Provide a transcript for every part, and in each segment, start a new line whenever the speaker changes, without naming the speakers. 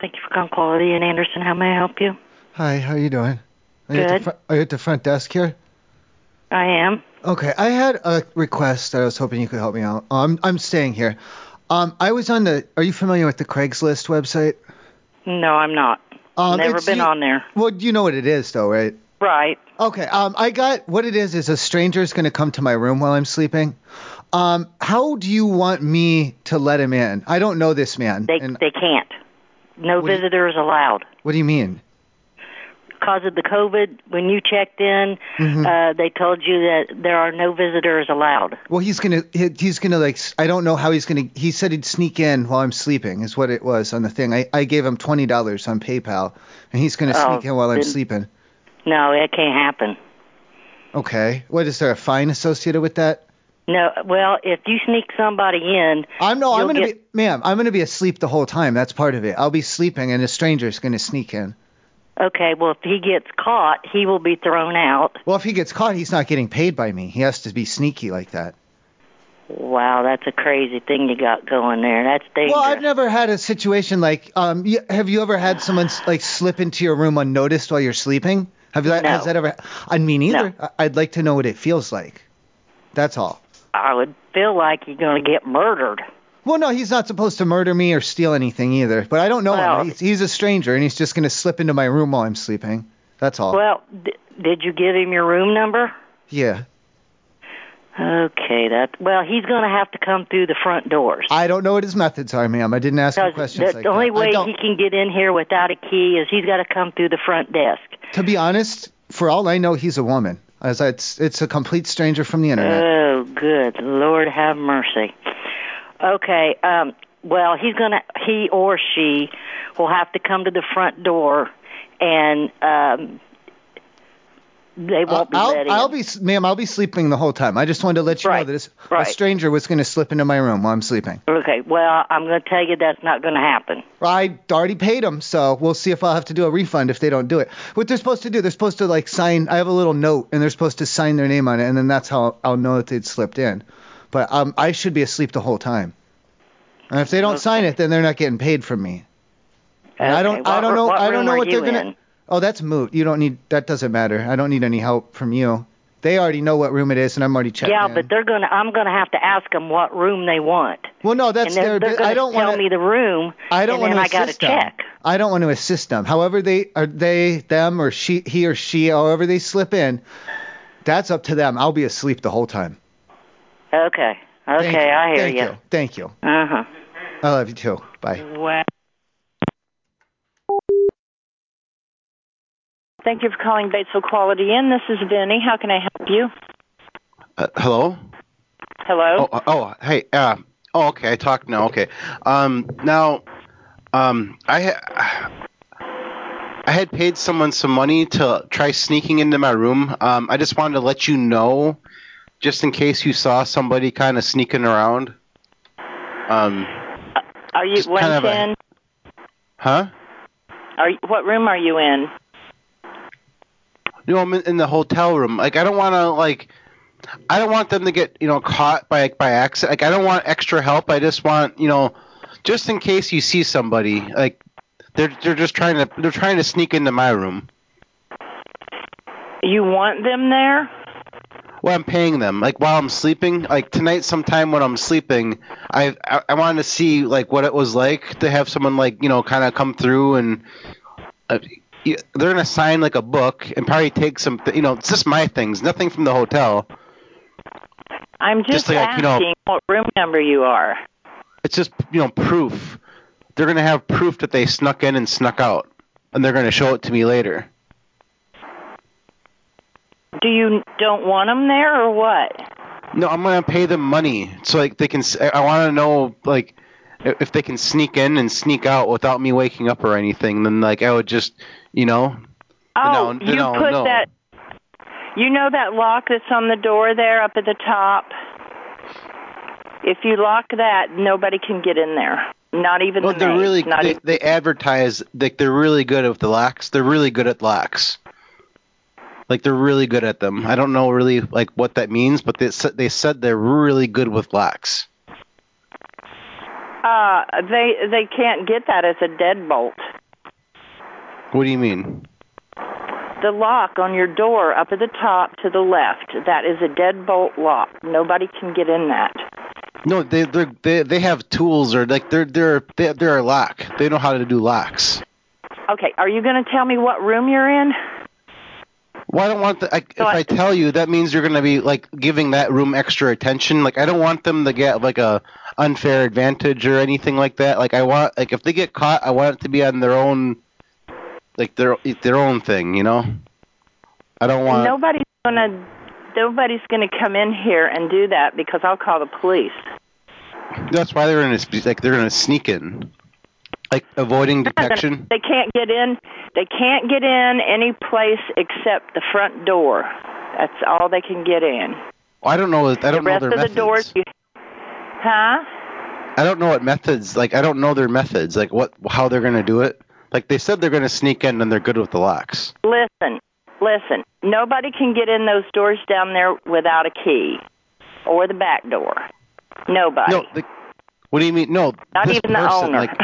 Thank you for calling Quality and Anderson. How may I help you?
Hi, how you doing? Are you, at the
Good.
fr- are you at the front desk here?
I am.
Okay, I had a request that I was hoping you could help me out. Um, I'm staying here. Um, I was on the. Are you familiar with the Craigslist website?
No, I'm not.
Um,
Never
it's
been
you-
on there.
Well, you know what it is, though, right?
Right.
Okay. Um, I got what it is is a stranger's going to come to my room while I'm sleeping. Um, how do you want me to let him in? I don't know this man.
They
and
they can't. No
What do you-
visitors allowed.
what do you mean?
Because of the COVID, when you checked in,
Mhm.
uh, they told you that there are no visitors allowed.
Well, he's gonna he, he's gonna like s- I don't know how he's gonna. He said he'd sneak in while I'm sleeping is what it was on the thing. I I gave him twenty dollars on PayPal, and he's gonna
Oh,
sneak in while I'm
then-
sleeping.
No, it can't happen.
Okay. What is there a fine associated with that?
No. Well, if you sneak somebody in,
I'm no. Oh, I'm
You'll
gonna
get-
be ma'am. I'm gonna be asleep the whole time. That's part of it. I'll be sleeping, and a stranger's gonna sneak in.
okay. Well, if he gets caught, he will be thrown out.
Well, if he gets caught, he's not getting paid by me. He has to be sneaky like that.
Wow, that's a crazy thing you got going there. That's dangerous.
Well, I've never had a situation like. Um, y have you ever had someone s- like slip into your room unnoticed while you're sleeping? Have you?
No.
Has that ever? I mean, neither. I- I'd like to know what it feels like. That's all.
I would feel like you're going to get murdered.
Well, no, he's not supposed to murder me or steal anything either. But I don't know
Well-
him. He's, he's a stranger, and he's just gonna slip into my room while I'm sleeping. That's all.
Well, d- did you give him your room number?
yeah.
Okay, that. Well, he's going to have to come through the front doors.
I don't know what his methods are, ma'am. I didn't ask him
'Cause
questions
the
like
the only
that. I
way
don't-
he can get in here without a key is he's got to come through the front desk.
To be honest, for all I know, he's a woman. As I, it's, it's a complete stranger from the internet.
Oh, good Lord, have mercy. Okay, um, well, he's gonna, he or she will have to come to the front door, and um, they won't be
I'll,
let in.
I'll be, ma'am, I'll be sleeping the whole time. I just wanted to let you
Right,
know that it's,
right.
a stranger was going to slip into my room while I'm sleeping.
Okay, well, I'm gonna tell you that's not gonna happen.
I already paid them, so we'll see if I'll have to do a refund if they don't do it. What they're supposed to do, they're supposed to like sign. I have a little note, and they're supposed to sign their name on it, and then that's how I'll know that they'd slipped in. But um, I should be asleep the whole time. And if they don't
Okay.
sign it, then they're not getting paid from me. And I
Okay,
don't, I
what
don't
ro-
know,
what
I don't
room
know
are
what they're
you
gonna.
in?
Oh, that's moot. You don't need. That doesn't matter. I don't need any help from you. They already know what room it is, and I'm already checking.
Yeah, but they're gonna. I'm gonna have to ask them what room they want,
well, no,
and
that's
they're,
their.
they're
bu-
gonna
I don't
tell
want
me the room,
I don't
and then
want
I
to
gotta
assist them.
check.
I don't want to assist them. However they are, they, them, or she, he or she, however they slip in, that's up to them. I'll be asleep the whole time.
Okay, okay,
Thank you.
I hear
Thank
ya.
you. Thank you.
Uh
I love you too. Bye.
huh. Wow.
Thank you for calling Batesville Quality Inn. This is Vinny. How can I help you?
Uh, hello.
Hello.
Oh, oh, oh, hey. Uh, oh, okay. I talked now. Okay. Um, now, um, I ha- I had paid someone some money to try sneaking into my room. Um, I just wanted to let you know, just in case you saw somebody kind of sneaking around. Um,
are you
just
went
kind of a-
in?
huh?
Are you, what room are you in?
No, I'm in, in the hotel room. Like, I don't want to like. I don't want them to get you know caught by by accident. Like, I don't want extra help. I just want you know, just in case you see somebody. Like, they're they're just trying to they're trying to sneak into my room.
You want them there?
Well, I'm paying them. Like while I'm sleeping. Like tonight, sometime when I'm sleeping, I I, I wanted to see like what it was like to have someone like you know kind of come through and. Uh, y- they're gonna sign like a book and probably take some, th- you know, it's just my things, nothing from the hotel.
I'm just,
Just like, you
asking
know-
what room number you are.
it's just you know proof. They're gonna have proof that they snuck in and snuck out, and they're gonna show it to me later.
Do you don't want them there or what?
No, I'm gonna pay them money so like they can. s- I want to know like i- if they can sneak in and sneak out without me waking up or anything. Then like I would just you know
Oh,
No,
you
no,
put
no.
that. You know that lock that's on the door there up at the top. If you lock that, nobody can get in there. Not even
well
the
they're
maid,
really
not e-,
they,
even-
they advertise like they're really good at the locks. They're really good at locks. Like they're really good at them. I don't know really like what that means, but they said they said they're really good with locks.
Uh, they they can't get that as a deadbolt.
What do you mean?
The lock on your door up at the top to the left, that is a deadbolt lock. Nobody can get in that.
No, they they they they have tools or like they're they're they- they're a lock. They know how to do locks.
Okay, are you going to tell me what room you're in?
Well, I don't want the, I, if I tell you that means you're gonna be like giving that room extra attention. Like I don't want them to get like a unfair advantage or anything like that. Like I want like if they get caught, I want it to be on their own, like their their own thing. You know, I don't want.
Nobody's going to nobody's going to come in here and do that because I'll call the police.
That's why they're gonna sp- like they're gonna sneak in, like avoiding
They're not
detection.
gonna- They can't get in. They can't get in any place except the front door. That's all they can get in.
I don't know. I don't
the
know
rest
their
of
methods.
the doors, you, huh?
I don't know what methods. Like I don't know their methods. Like what how they're gonna do it. Like they said they're gonna sneak in and they're good with the locks.
Listen, listen. Nobody can get in those doors down there without a key or the back door. Nobody.
No, the, what do you mean? No,
Not
this
even the
person,
owner.
Like,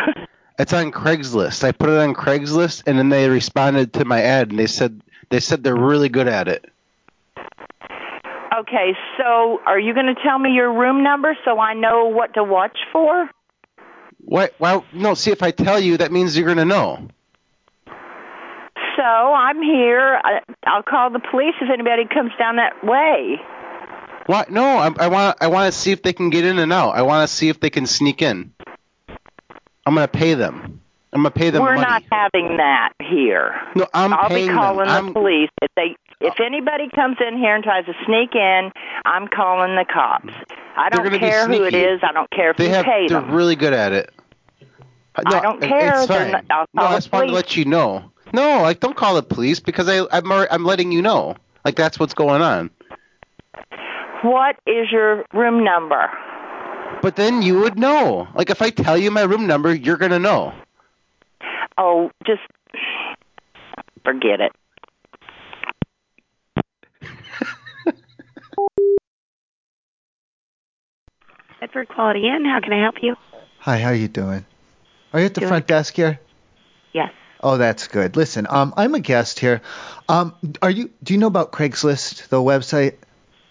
it's on Craigslist. I put it on Craigslist, and then they responded to my ad, and they said they said they're really good at it.
Okay, so are you going to tell me your room number so I know what to watch for?
Why? Why? No. See, if I tell you, that means you're gonna know.
So I'm here. I, I'll call the police if anybody comes down that way.
Why? No. I, I want. I want to see if they can get in and out. I want to see if they can sneak in. I'm gonna pay them. I'm gonna pay them
We're
money.
not having that here.
No, I'm
will
paying
be
them.
calling the
I'm-
police if they if anybody comes in here and tries to sneak in. I'm calling the cops. I
They're
don't
gonna be
care who it
sneaky.
is. I don't care if
They
you
have.
pay
They're
them.
really good at it.
I don't
it-
care.
It's
They're
fine.
not- I'll
no,
call
I
the
just wanted to
police.
let you know. No, like don't call the police because I I'm alre- I'm letting you know. Like that's what's going on.
What is your room number?
But then you would know. Like if I tell you my room number, you're gonna know.
Oh, just forget it.
Bedford Quality Inn. How can I help you?
Hi, how you doing? Are you at the front desk here?
Yes.
Oh, that's good. Listen, um, I'm a guest here. Um, are you? Do you know about Craigslist, the website?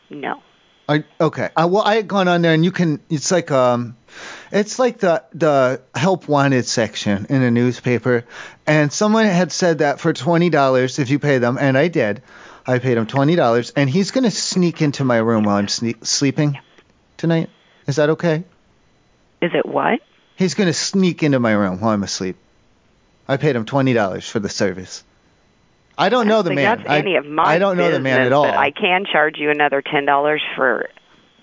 No.
Are, okay. I, well, I had gone on there, and you can. It's like um, it's like the the help wanted section in a newspaper, and someone had said that for twenty dollars if you pay them, and I did. I paid him twenty dollars, and he's gonna sneak into my room while I'm sne- sleeping tonight. Is that okay?
Is it what?
He's gonna sneak into my room while I'm asleep. I paid him twenty dollars for the service. I don't know the
Like,
man.
That's
I,
any of my
I don't know the man
business,
at all.
But I can charge you another ten dollars for,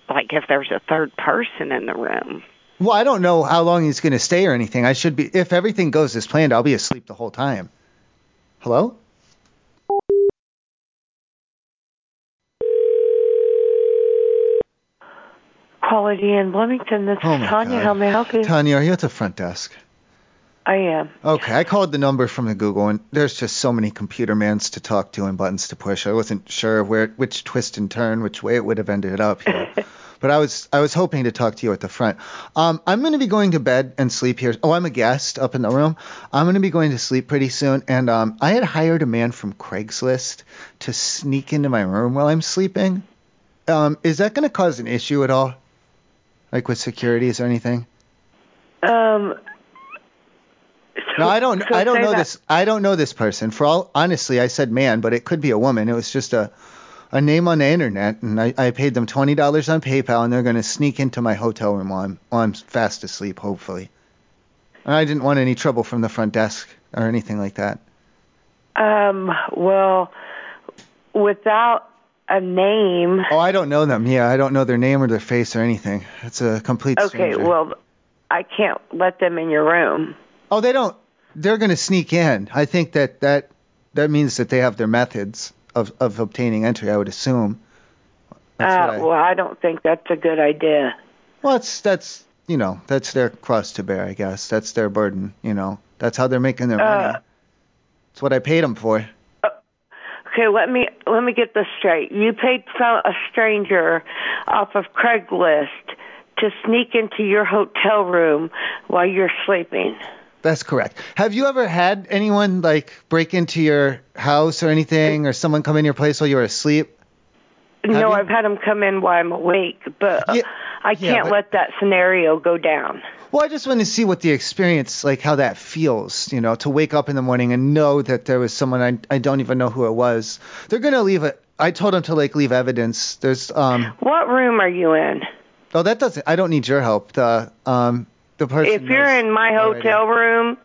like, if there's a third person in the room.
Well, I don't know how long he's going to stay or anything. I should be, if everything goes as planned, I'll be asleep the whole time. Hello?
Quality in Bloomington. This
Oh
is
my
Tanya.
God.
How may I help you?
Tanya, are you at the front desk?
I am.
Okay, I called the number from the Google, and there's just so many computer mans to talk to and buttons to push. I wasn't sure where, which twist and turn, which way it would have ended up here. but I was, I was hoping to talk to you at the front. Um, I'm going to be going to bed and sleep here. Oh, I'm a guest up in the room. I'm going to be going to sleep pretty soon, and um, I had hired a man from Craigslist to sneak into my room while I'm sleeping. Um, is that going to cause an issue at all, like with securities or anything?
Um. so-
No, I don't.
so
I don't
say
know
that-
this. I don't know this person. For all honestly, I said man, but it could be a woman. It was just a a name on the internet, and I, I paid them twenty dollars on PayPal, and they're going to sneak into my hotel room while I'm while I'm fast asleep, hopefully. And I didn't want any trouble from the front desk or anything like that.
Um. Well, without a name.
Oh, I don't know them. Yeah, I don't know their name or their face or anything. It's a complete
Okay.
stranger.
Well, I can't let them in your room.
oh, they don't. They're going to sneak in. I think that that that means that they have their methods of of obtaining entry. I would assume. That's
uh,
what I-
well, I don't think that's a good idea.
Well, it's that's you know that's their cross to bear, I guess. That's their burden, you know. That's how they're making their money.
Uh,
It's what I paid them for.
okay. Let me let me get this straight. You paid some, a stranger off of Craigslist to sneak into your hotel room while you're sleeping.
That's correct. Have you ever had anyone like break into your house or anything, or someone come in your place while you were asleep?
no, I've had them come in while I'm awake, but uh I
yeah,
can't
but-
let that scenario go down.
Well, I just want to see what the experience, like how that feels, you know, to wake up in the morning and know that there was someone I, I don't even know who it was. They're gonna leave it. I told them to like leave evidence. There's um.
What room are you in?
Oh, that doesn't. I don't need your help. The um the person.
If you're in my hotel room,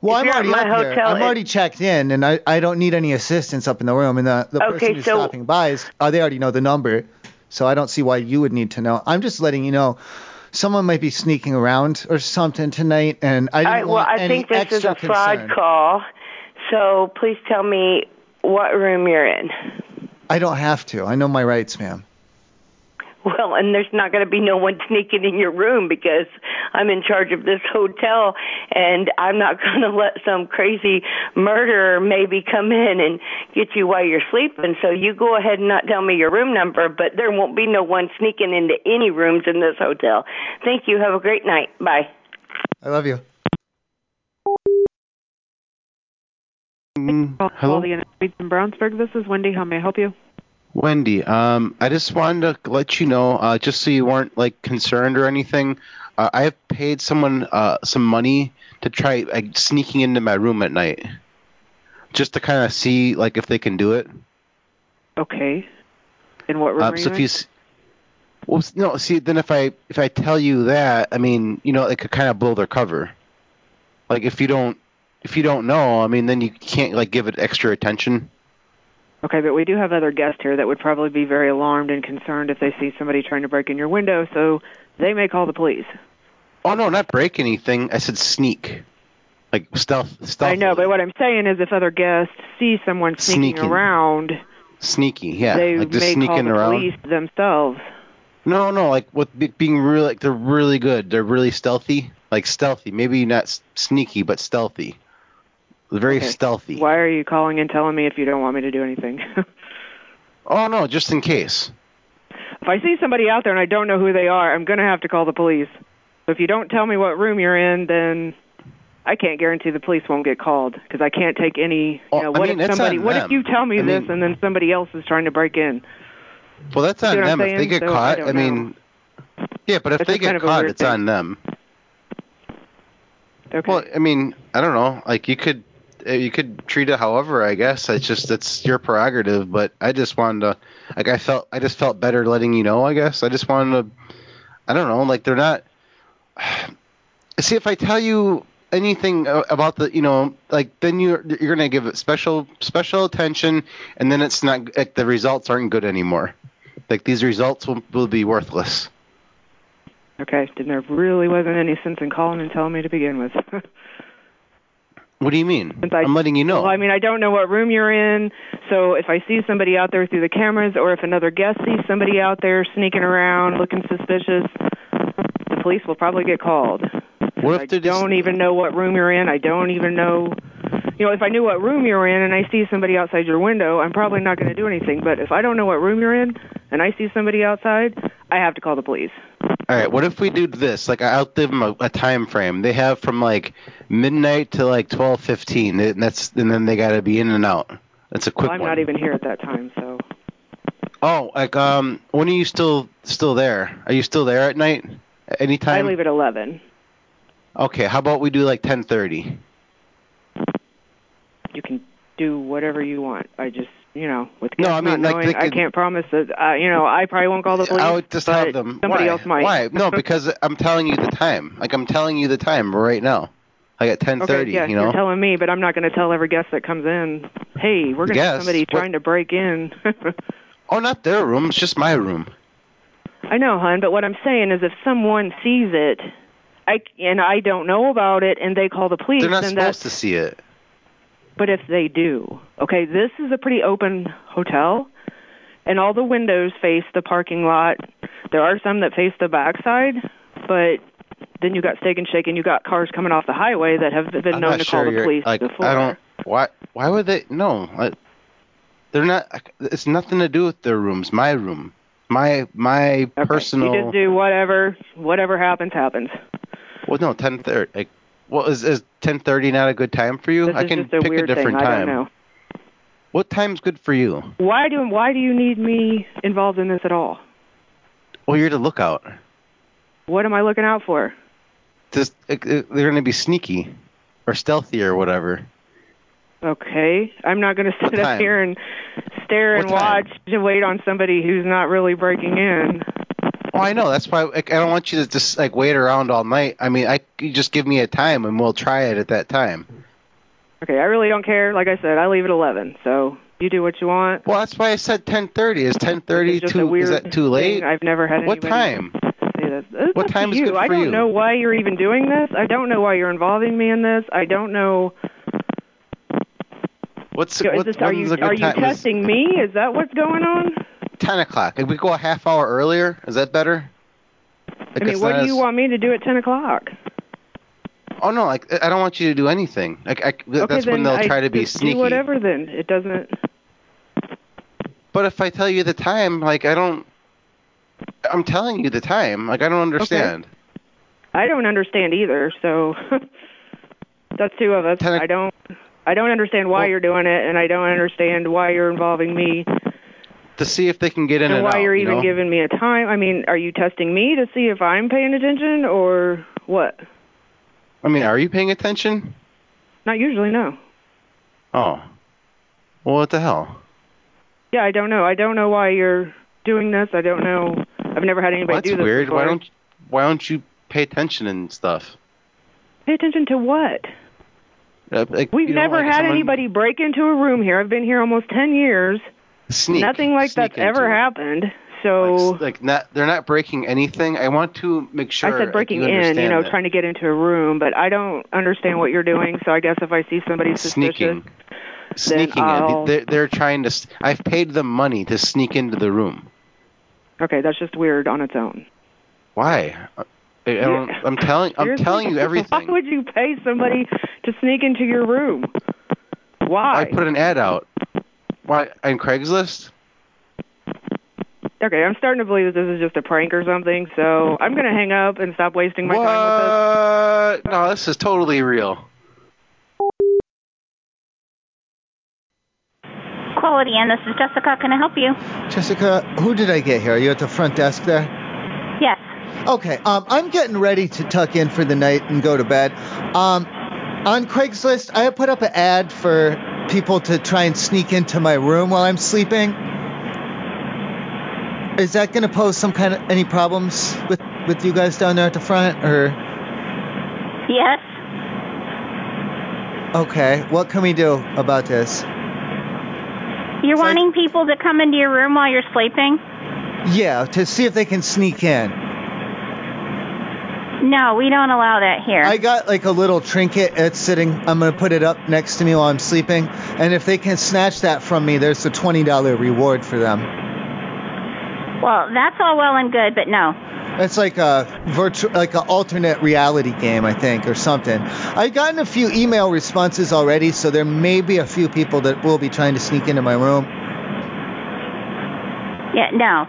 Well, I'm
you're at
already
my
up here.
hotel,
I'm
it-
already checked in, and I, I don't need any assistance up in the room. And the, the
Okay,
person who's
so-
stopping by is oh, they already know the number, so I don't see why you would need to know. I'm just letting you know someone might be sneaking around or something tonight, and I didn't
I, well,
want
I
any
think this is
extra
a fraud
concern.
call. So please tell me what room you're in.
I don't have to. I know my rights, ma'am.
Well, and there's not going to be no one sneaking in your room because I'm in charge of this hotel, and I'm not going to let some crazy murderer maybe come in and get you while you're sleeping. So you go ahead and not tell me your room number, but there won't be no one sneaking into any rooms in this hotel. Thank you. Have a great night. Bye.
I love you.
Mm, hello?
the United States in Brownsburg. This is Wendy. How may I help you?
Wendy, um, I just wanted to let you know, uh, just so you weren't like concerned or anything. Uh, I have paid someone uh, some money to try like, sneaking into my room at night, just to kind of see like if they can do it.
Okay. In what room
Um,
are
so
you
if
in?
you, s- well, s- no, see, then if I if I tell you that, I mean, you know, it could kind of blow their cover. Like if you don't if you don't know, I mean, then you can't like give it extra attention.
Okay, but we do have other guests here that would probably be very alarmed and concerned if they see somebody trying to break in your window, so they may call the police.
Oh no, not break anything. I said sneak, like stealth, stealth.
I know, but what I'm saying is if other guests see someone sneaking,
Sneaking.
around,
sneaky. Yeah,
they
like just
may call
sneaking
the
around.
police themselves.
No, no, like with be- being really, like they're really good. They're really stealthy, like stealthy. Maybe not s- sneaky, but stealthy. Very
Okay.
stealthy.
Why are you calling and telling me if you don't want me to do anything? if
Oh no, just in case.
I see somebody out there and I don't know who they are, I'm going to have to call the police. So if you don't tell me what room you're in, then I can't guarantee the police won't get called because I can't take any.
Oh,
You know,
I
what
mean,
if
it's
somebody?
on
What
them.
if you tell me
I
this
mean-
and then somebody else is trying to break in?
Well, that's
You see
on
what I'm
them. If
saying?
they get
So I
caught,
don't
I, mean, yeah, but if
That's
they
a kind
get
of a
caught,
weird
it's
thing.
on them.
Okay.
Well, I mean, I don't know. Like you could, uh, you could treat it however. I guess it's just that's your prerogative. But I just wanted to, like, I felt, I just felt better letting you know. I guess I just wanted to, I don't know. Like they're not. See, if I tell you anything uh, about the, you know, like then you're you're gonna give it special special attention, and then it's not like the results aren't good anymore. Like these results will, will be worthless.
okay. Then there really wasn't any sense in calling and telling me to begin with.
What do you mean? Um,
Since I-
I'm letting you know.
Well, I mean, I don't know what room you're in, so if I see somebody out there through the cameras, or if another guest sees somebody out there sneaking around looking suspicious, the police will probably get called.
What if
I
they're just-
don't even know what room you're in. I don't even know. You know, if I knew what room you're in and I see somebody outside your window, I'm probably not going to do anything. But if I don't know what room you're in and I see somebody outside, I have to call the police.
All right, what if we do this? Like, I outlive them a, a time frame. They have from like midnight to like twelve fifteen, and that's and then they gotta be in and out. That's a quick
Well, I'm
one.
not even here at that time, so
Oh, like um, when are you still still there? Are you still there at night? At Any
I
time?
leave at 11.
Okay, how about we do like ten thirty?
you can do whatever you want. I just, you know, with
No,
kids
I
not
mean, like,
knowing,
they
I
could-
can't promise that. Uh, you know, I probably won't call the police.
I would just
but
have them.
Somebody
Why?
else might.
Why? No, because I'm telling you the time. Like I'm telling you the time right now. Like at ten
okay,
thirty.
yeah,
you know.
are telling me, but I'm not going to tell every guest that comes in. Hey, we're going to
Guest?
have somebody
What-
trying to break in.
oh, not their room. It's just my room.
I know, hon, but what I'm saying is, if someone sees it, I and I don't know about it, and they call the police,
They're not
then
supposed
that's
to see it.
But if they do, okay, this is a pretty open hotel, and all the windows face the parking lot. There are some that face the backside, but then you got steak and shake, and you got cars coming off the highway that have been
I'm
known
not
to
sure
call the
you're-
police
like,
before.
I don't. Why? Why would they? No, I, they're not. It's nothing to do with their rooms. My room, my my
Okay,
personal.
You just do whatever, whatever happens, happens.
Well, no, ten thirty. Like, Well, is is ten thirty not a good time for you?
This
I
is
can
just a
pick
weird
a different
thing.
time.
I don't know.
What time's good for you?
Why do why do you need me involved in this at all?
Well, you're the lookout.
What am I looking out for?
This uh, uh, they're gonna be sneaky, or stealthy, or whatever.
Okay, I'm not going to sit
What
up
time?
here and stare and
What time?
watch to wait on somebody who's not really breaking in.
Oh, I know. That's why like, I don't want you to just like wait around all night. I mean, I you just give me a time and we'll try it at that time.
Okay, I really don't care. Like I said, I leave at 11, so you do what you want.
Well, that's why I said ten thirty. Is ten thirty
It's just a
too?
weird
Is that too late?
thing. I've never had
What
anybody
time?
say this. It's
What
up to
time is
you.
good
I
for
don't
you?
know why you're even doing this. I don't know why you're involving me in this. I don't know.
What's
you know,
what,
is this, are
when's
you
a good
are you
time? Is
testing me? Is that what's going on?
ten o'clock? If we go a half hour earlier, is that better? Like,
I mean,
it's
what
not
do you
as-
want me to do at 10 o'clock?
Oh no, like I don't want you to do anything. Like I, th-
okay,
that's
then
when they'll
I
try to be
just
sneaky.
Do whatever then. It doesn't.
But if I tell you the time, like I don't. I'm telling you the time. Like I don't understand.
I don't understand either. So that's two of us.
Ten o-
I don't. I don't understand why
Well-
you're doing it, and I don't understand why you're involving me,
To see if they can get in
and
and
why
out,
you're
you
even
know?
giving me a time. I mean, are you testing me to see if I'm paying attention or what?
I mean, are you paying attention?
Not usually, no.
Oh. Well, what the hell?
Yeah, I don't know. I don't know why you're doing this. I don't know. I've never had anybody
Well, that's
do this
weird.
before.
Why don't Why don't you pay attention and stuff?
Pay attention to what?
Uh, Like,
We've
you don't
never
like
had
someone
anybody break into a room here. I've been here almost 10 years.
Sneak,
Nothing like
sneak
that's ever
into it.
happened.
Like,
So
s- like not, they're not breaking anything. I want to make sure.
I said breaking
like, you
in, you know,
understand that.
trying to get into a room, but I don't understand what you're doing. So I guess if I see somebody suspicious,
sneaking, sneaking
I'll-
in. They're, they're trying to. s- I've paid them money to sneak into the room.
okay, that's just weird on its own.
Why? I, I don't, I'm telling. I'm
Seriously?
telling you everything.
Why would you pay somebody to sneak into your room? Why?
I put an ad out. Why on Craigslist?
okay, I'm starting to believe that this is just a prank or something. So I'm gonna hang up and stop wasting my time with this.
What? No, this is totally real.
Quality Inn, this is Jessica. Can I help you?
Jessica, who did I get here? Are you at the front desk there?
Yes.
Okay, um, I'm getting ready to tuck in for the night and go to bed. Um, on Craigslist, I put up an ad for people to try and sneak into my room while I'm sleeping. Is that going to pose some kind of any problems with with you guys down there at the front? Or
Yes.
okay, what can we do about this?
You're
So I-
wanting people to come into your room while you're sleeping?
Yeah, to see if they can sneak in.
No, we don't allow that here.
I got like a little trinket. It's sitting. I'm gonna put it up next to me while I'm sleeping. And if they can snatch that from me, there's a twenty dollar reward for them.
well, that's all well and good, but no.
It's like a virtual, like an alternate reality game, I think, or something. I've gotten a few email responses already, so there may be a few people that will be trying to sneak into my room.
Yeah, no.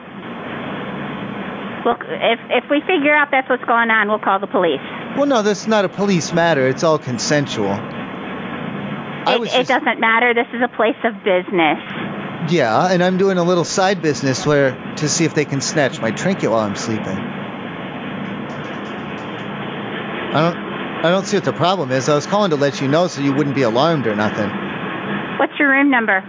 Look, if if we figure out that's what's going on, we'll call the police.
Well, no, that's not a police matter. It's all consensual. I
It,
was
it
just-
doesn't matter. This is a place of business.
Yeah, and I'm doing a little side business where to see if they can snatch my trinket while I'm sleeping. I don't I don't see what the problem is. I was calling to let you know so you wouldn't be alarmed or nothing.
What's your room number?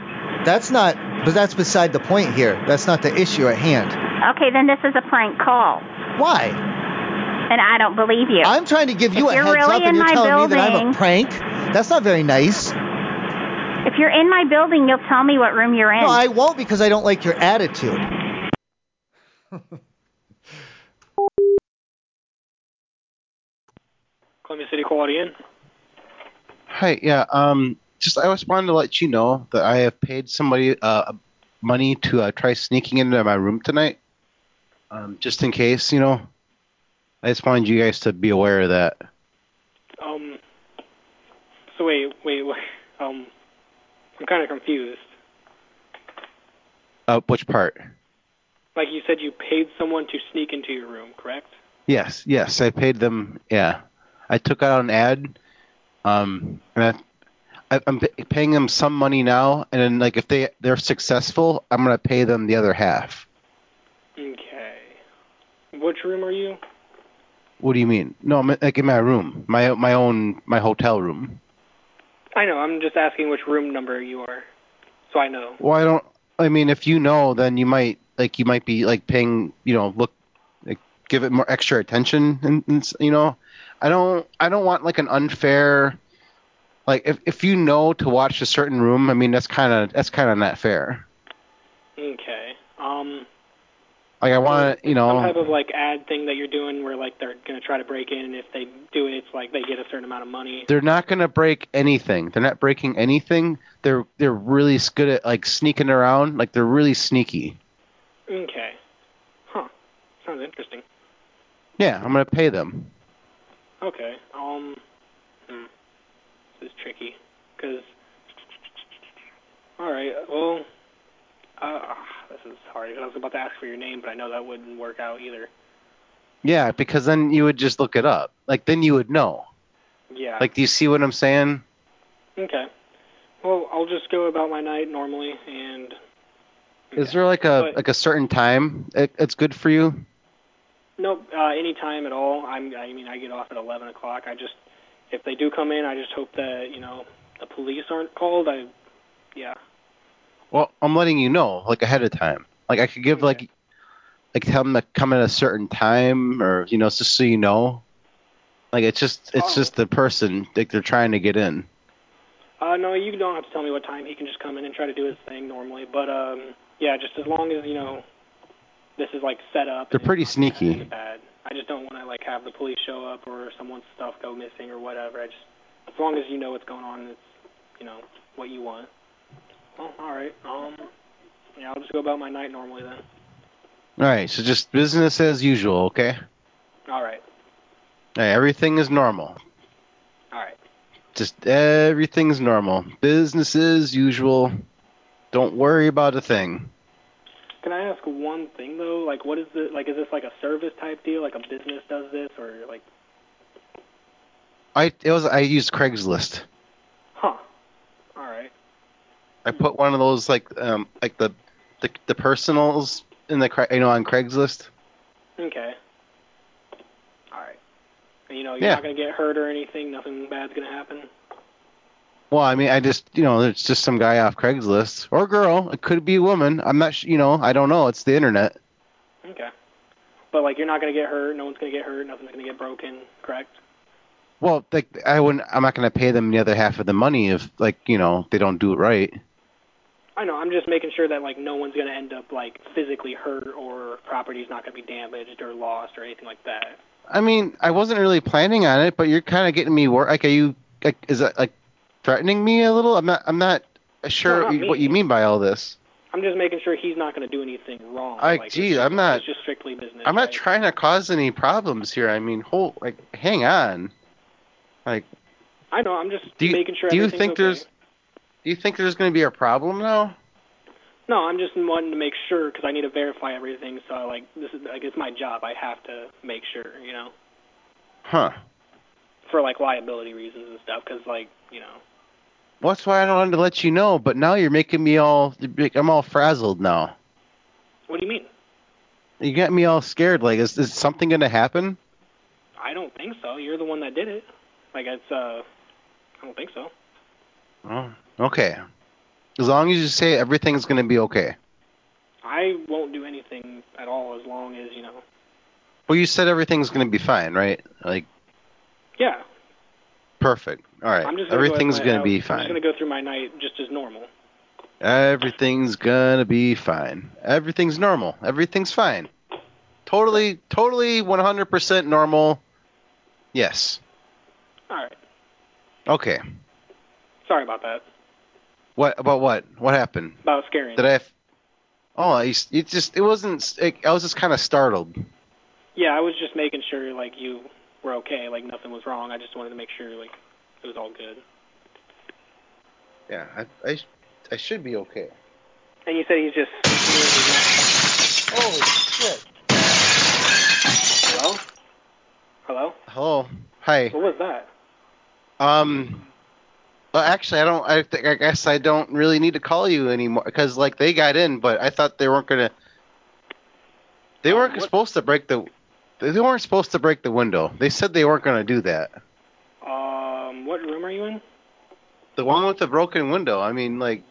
That's not but that's beside the point here. That's not the issue at hand.
Okay, then this is a prank call,
Why?
and I don't believe you.
I'm trying to give you
If
a
you're
heads
really
up and
in
you're
my
telling me that I'm a
building-
prank? That's not very nice.
if you're in my building, you'll tell me what room you're in.
No, I won't because I don't like your attitude.
Columbia City Quality Inn.
Hi, yeah. Um, just I just wanted to let you know that I have paid somebody uh money to uh, try sneaking into my room tonight. Um, just in case, you know. I just wanted you guys to be aware of that.
Um. So wait, wait, wait. Um, I'm kind of confused.
Uh, which part?
Like you said, you paid someone to sneak into your room, correct?
Yes, yes, I paid them. Yeah, I took out an ad Um, and I, I, I'm pa- paying them some money now, and then like if they they're successful, I'm gonna pay them the other half.
Okay. Which room are you?
What do you mean? No, I'm like in my room, my my own my hotel room.
I know. I'm just asking which room number you are, so I know.
Well, I don't. I mean, if you know, then you might like you might be like paying, you know, look, like give it more extra attention, and, and s- you know, I don't I don't want like an unfair, like if if you know to watch a certain room, I mean that's kind of that's kind of not fair.
Okay. Um,
Like I want to, you
some type
know,
of like ad thing that you're doing where like they're gonna try to break in, and if they do it, it's like they get a certain amount of money.
they're not gonna break anything. They're not breaking anything. They're they're really s- good at like sneaking around. Like they're really sneaky.
Okay. Huh. Sounds interesting.
Yeah, I'm gonna pay them.
Okay. Um. Hmm. This is tricky. Cause. All right. Well. Uh, this is hard. 'cause I was about to ask for your name, but I know that wouldn't work out either.
Yeah, because then you would just look it up. Like then you would know.
Yeah.
Like do you see what I'm saying?
Okay. Well, I'll just go about my night normally, and
Is there like a
But-
like a certain time it, it's good for you?
nope, uh, any time at all. I'm. I mean, I get off at 11 o'clock. I just, if they do come in, I just hope that you know the police aren't called. I, yeah.
Well, I'm letting you know like ahead of time. Like I could give like like tell them to come at a certain time or you know it's just so you know. Like it's just
Oh.
it's just the person like they're trying to get in.
Uh, no, you don't have to tell me what time. He can just come in and try to do his thing normally. But um, yeah, just as long as you know, this is like set up.
They're
and
pretty sneaky.
it's bad. I just don't want to like have the police show up or someone's stuff go missing or whatever. I just, as long as you know what's going on, it's you know what you want. Well, all right. Um, yeah, I'll just go about my night normally then.
All right, so just business as usual, okay?
All right.
All right, everything is normal.
All right.
Just everything's normal. Business as usual. Don't worry about a thing.
Can I ask one thing though? Like, what is the like? Is this like a service type deal? Like a business does this or like?
I it was I used Craigslist.
Huh. All right.
I put one of those like um like the the, the personals in the Cra- you know on Craigslist.
Okay. All right. And, you know, you're
Yeah.
not gonna get hurt or anything. Nothing bad's gonna happen.
Well, I mean, I just you know, it's just some guy off Craigslist or girl. It could be a woman. I'm not sh- you know, I don't know. It's the internet.
Okay. But like, you're not gonna get hurt. No one's gonna get hurt. Nothing's gonna get broken. Correct?
Well, like I wouldn't. I'm not gonna pay them the other half of the money if like you know they don't do it right.
I know. I'm just making sure that like no one's gonna end up like physically hurt or property's not gonna be damaged or lost or anything like that.
I mean, I wasn't really planning on it, but you're kind of getting me wor Like, are you like is that like threatening me a little? I'm not. I'm not sure
No, not
what you
me.
mean by all this.
I'm just making sure he's not gonna do anything wrong.
I-
like,
gee,
it's just-
I'm not-
It's just strictly business.
I'm not
right?
trying to cause any problems here. I mean, hold like hang on. Like,
I know. I'm just
do you
making sure.
do you
everything's
think
okay.
there's do you think there's going to be a problem now?
No, I'm just wanting to make sure because I need to verify everything. So like, this is like it's my job. I have to make sure, you know,
Huh.
for like liability reasons and stuff. Because like, you know,
Well, that's why I don't want to let you know, but now you're making me all I'm all frazzled now.
what do you mean?
You got me all scared. Like, is, is something going to happen?
I don't think so. You're the one that did it. Like it's uh, I don't think so.
Oh, okay. As long as you say everything's going to be okay.
I won't do anything at all as long as you know.
Well, you said everything's going to be fine, right? Like,
Yeah,
perfect. All right.
I'm just. Gonna
Everything's
going
going to be
I'm just
fine.
gonna go through my night just as normal.
Everything's going to be fine. Everything's normal. Everything's fine. Totally, totally 100% normal. Yes.
All right.
Okay.
Sorry about that.
What about what? What happened?
About scaring.
Did I? F- oh, I s- it just it wasn't. It, I was just kind of startled.
Yeah, I was just making sure like you were okay. Like nothing was wrong. I just wanted to make sure like it was all good.
Yeah, I, I, I should be okay.
And you said he's just.
Holy shit!
Hello? Hello?
Hello. Hi.
What was that?
Um, well, actually, I don't. I, think I guess I don't really need to call you anymore because like they got in, but I thought they weren't gonna. They weren't supposed to break the. They weren't supposed to break the window. They said they weren't gonna do that.
Um, what room are you in?
The one with the broken window. I mean, like,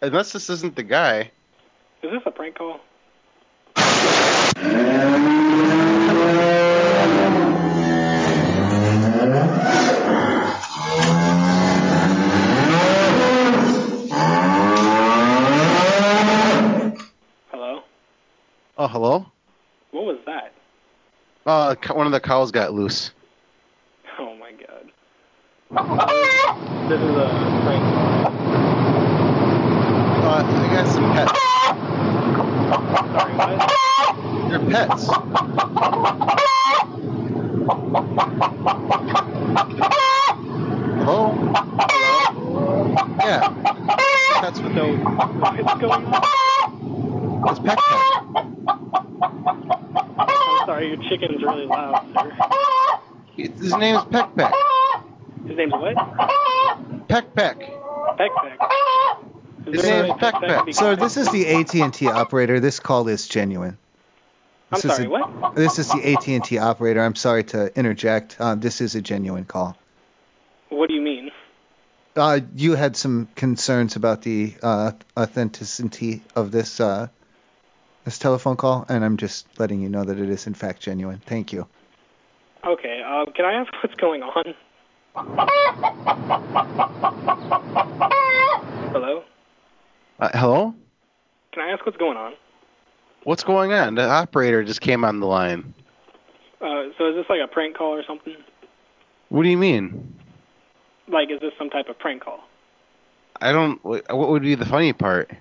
unless this isn't the guy.
Is this a prank call?
Oh, hello.
What was that?
Uh, c- one of the cows got loose.
Oh my god. This is a prank call.
Uh, I got some pets. They're pets. Hello? Yeah. Pets with no.
What is going on?
It's pet pet.
I'm sorry, your chicken is really loud, sir.
His name is Peck Peck.
His name's what?
Peck Peck.
Peck Peck.
His name is Peck Peck.
Sir, this is the AT&T operator. This call is genuine.
I'm
This is
sorry,
a-
what?
This is the AT&T operator. I'm sorry to interject. Uh, this is a genuine call.
What do you mean?
Uh, you had some concerns about the uh, authenticity of this uh, this telephone call, and I'm just letting you know that it is in fact genuine. Thank you.
Okay, uh, can I ask what's going on? Hello?
Uh, hello?
Can I ask what's going on?
What's going on? The operator just came on the line.
Uh, so is this like a prank call or something?
What do you mean?
Like, is this some type of prank call?
I don't. What what would be the funny part?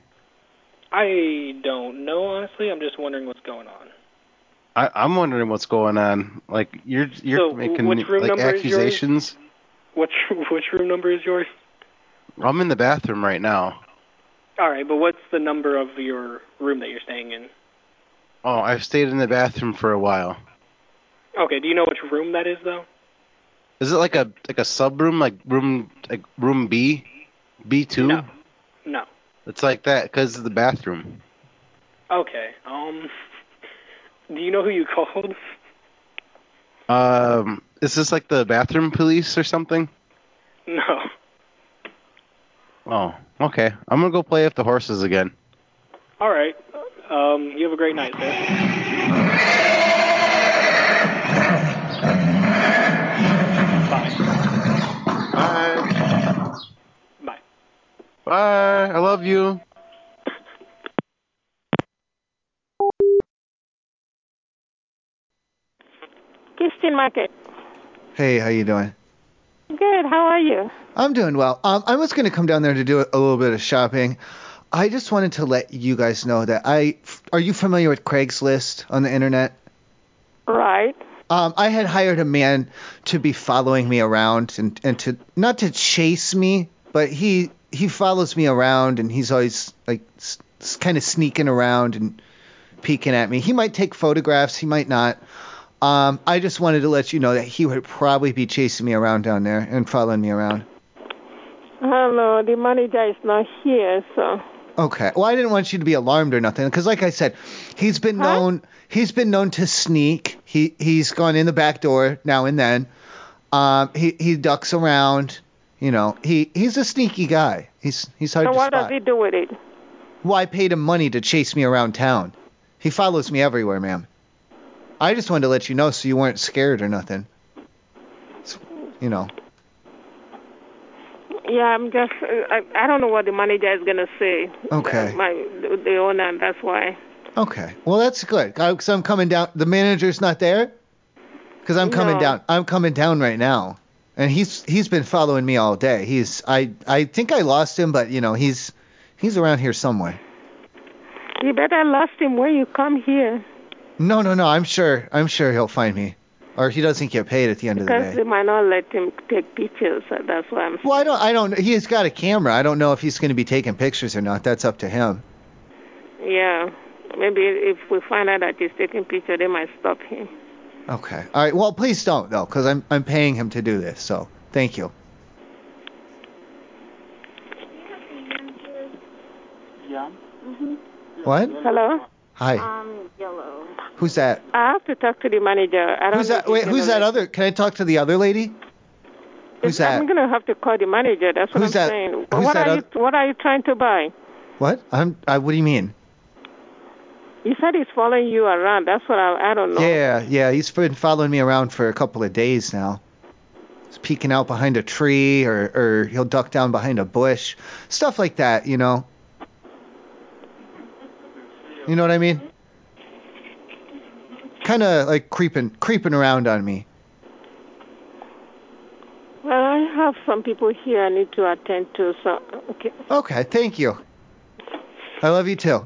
I don't know, honestly. I'm just wondering what's going on.
I, I'm wondering what's going on. Like you're you're
So,
making
which room
like
number is yours?
accusations.
What's, which room number is yours?
I'm in the bathroom right now.
All right, but what's the number of your room that you're staying in?
Oh, I've stayed in the bathroom for a while.
Okay, do you know which room that is, though?
Is it like a like a sub room, like room like room B, B two?
No. No.
It's like that because of the bathroom.
Okay. Um. Do you know who you called?
Um, is this like the bathroom police or something?
No.
Oh, okay. I'm gonna go play with the horses again.
All right. Um. You have a great night, sir.
Bye.
Bye.
Bye. I love you.
Christian Market.
Hey, how you doing?
Good. How are you?
I'm doing well. Um, I was going to come down there to do a a little bit of shopping. I just wanted to let you guys know that I. Are you familiar with Craigslist on the internet?
Right.
Um, I had hired a man to be following me around and, and to not to chase me, but he he follows me around and he's always like s- s- kind of sneaking around and peeking at me. He might take photographs, he might not. Um, I just wanted to let you know that he would probably be chasing me around down there and following me around.
Hello. Oh, The manager is not here, so.
Okay. Well, I didn't want you to be alarmed or nothing, because like I said, he's been known he's been known to sneak. He he's gone in the back door now and then. Um, he he ducks around. You know, he he's a sneaky guy. He's he's hard
and
to
what
spot.
does he do with it?
Well, I paid him money to chase me around town. He follows me everywhere, ma'am. I just wanted to let you know so you weren't scared or nothing. It's- you know.
Yeah, I'm just. I, I don't know what the manager is gonna say. Uh,
Okay.
My the, the owner. and That's why.
Okay. Well, that's good. I, so I'm coming down. The manager's not there? Because I'm coming
No.
down. I'm coming down right now. And he's he's been following me all day. He's I I think I lost him, but you know he's he's around here somewhere.
You better lost him when you come here,
No no no. I'm sure I'm sure he'll find me, or he doesn't get paid at the end of the
because
day.
they might not let him take pictures. so That's why I'm.
Well I don't I don't. He's got a camera. I don't know if he's going to be taking pictures or not. That's up to him.
Yeah. Maybe if we find out that he's taking picture, they might stop him.
Okay. All right. Well, please don't though, because I'm I'm paying him to do this. So Thank you.
Yeah.
Mm-hmm.
What?
Hello.
Uh,
Hi.
Um, yellow.
Who's that?
I have to talk to the manager. I don't
Who's
know
that?
if
Uh, Wait,
he's
who's
gonna
that other? Can I talk to the other lady? Who's that?
I'm gonna have to call the manager. That's what
Who's
I'm
that-
saying.
who's
what
that
are
oth-
you What are you trying to buy?
What? I'm. I, what do you mean?
You said he's following you around. That's what I. I don't know.
Yeah, yeah. He's been following me around for a couple of days now. He's peeking out behind a tree, or or he'll duck down behind a bush, stuff like that. You know. You know what I mean? Kind of like creeping, creeping around on me.
Well, I have some people here I need to attend to. So okay.
Okay, thank you. I love you too.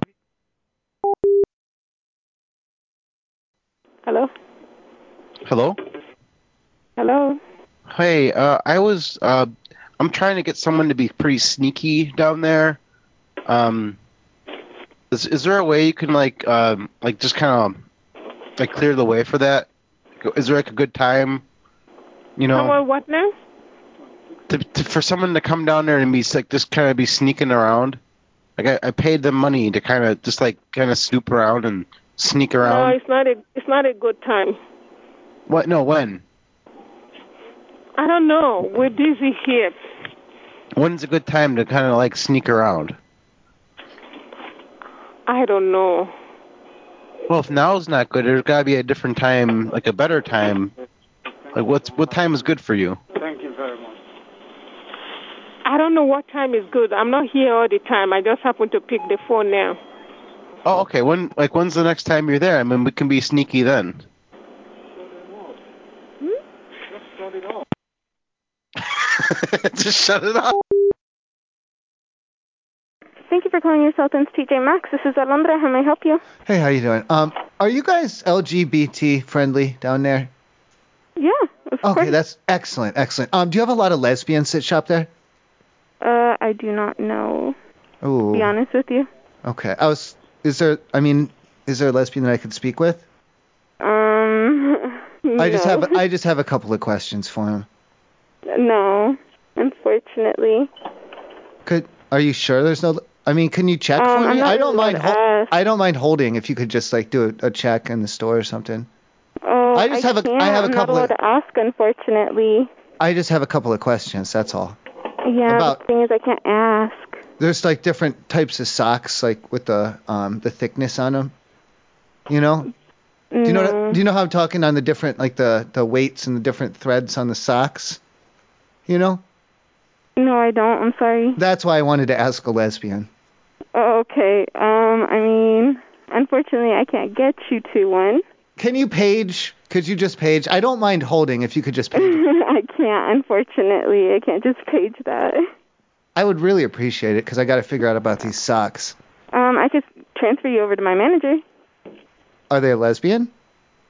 Hello.
Hello.
Hello.
Hey, uh, I was. Uh, I'm trying to get someone to be pretty sneaky down there. Um, is, is there a way you can like, um, like just kind of like clear the way for that? Is there like a good time? You know,
Hello. What now?
to, to, for someone to come down there and be like just kind of be sneaking around. Like I, I paid them money to kind of just like kind of snoop around and sneak
um,
around.
No, it's not a. It's not a good time.
What? No, when?
I don't know. We're busy here.
When's a good time to kind of like sneak around?
I don't know.
Well, if now's not good, there's gotta be a different time, like a better time. Like what's what time is good for you?
Thank you very much.
I don't know what time is good. I'm not here all the time. I just happen to pick the phone now.
Oh, okay. When like when's the next time you're there? I mean, we can be sneaky then.
Hmm?
Just shut it off.
Thank you for calling your Sultan's TJ Maxx. This is Alondra. How may I help you?
Hey, how you doing? Um, are you guys LGBT friendly down there?
Yeah.
Okay, that's excellent, excellent. Um, do you have a lot of lesbians that shop there?
Uh, I do not know. to Be
Ooh.
honest with you.
Okay. I was. Is there? I mean, is there a lesbian that I could speak with?
Um.
I just
no.
have. I just have a couple of questions for him.
No, unfortunately.
Could? Are you sure there's no? I mean, can you check
Um,
for
I'm
me?
not
I don't
really
mind.
allowed to
hol- I don't mind holding if you could just like do a, a check in the store or something.
Oh,
I just have a- I
can't.
have a
I'm
couple
not
of-
allowed to ask, unfortunately.
I just have a couple of questions. That's all.
Yeah.
About-
the thing is, I can't ask.
There's like different types of socks, like with the um the thickness on them. You know? Do you know?
Mm-hmm.
What, do you know how I'm talking on the different like the the weights and the different threads on the socks? You know?
No, I don't. I'm sorry.
That's why I wanted to ask a lesbian.
Oh, okay. Um. I mean, unfortunately, I can't get you to one.
Can you page? Could you just page? I don't mind holding if you could just page.
I can't, unfortunately. I can't just page that.
I would really appreciate it because I got to figure out about these socks.
Um, I could transfer you over to my manager.
Are they a lesbian?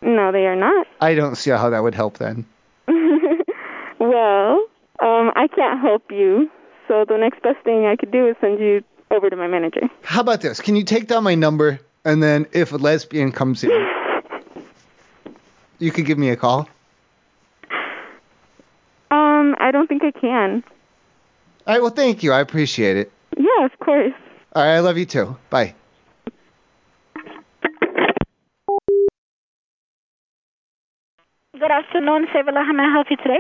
No, they are not.
I don't see how that would help then.
well, um, I can't help you. So the next best thing I could do is send you over to my manager.
How about this? Can you take down my number and then if a lesbian comes in, you could give me a call?
Um, I don't think I can.
All right, well, thank you. I appreciate it.
Yeah, of course.
All right, I love you too. Bye.
Good afternoon, Sevilla. How may I help you today?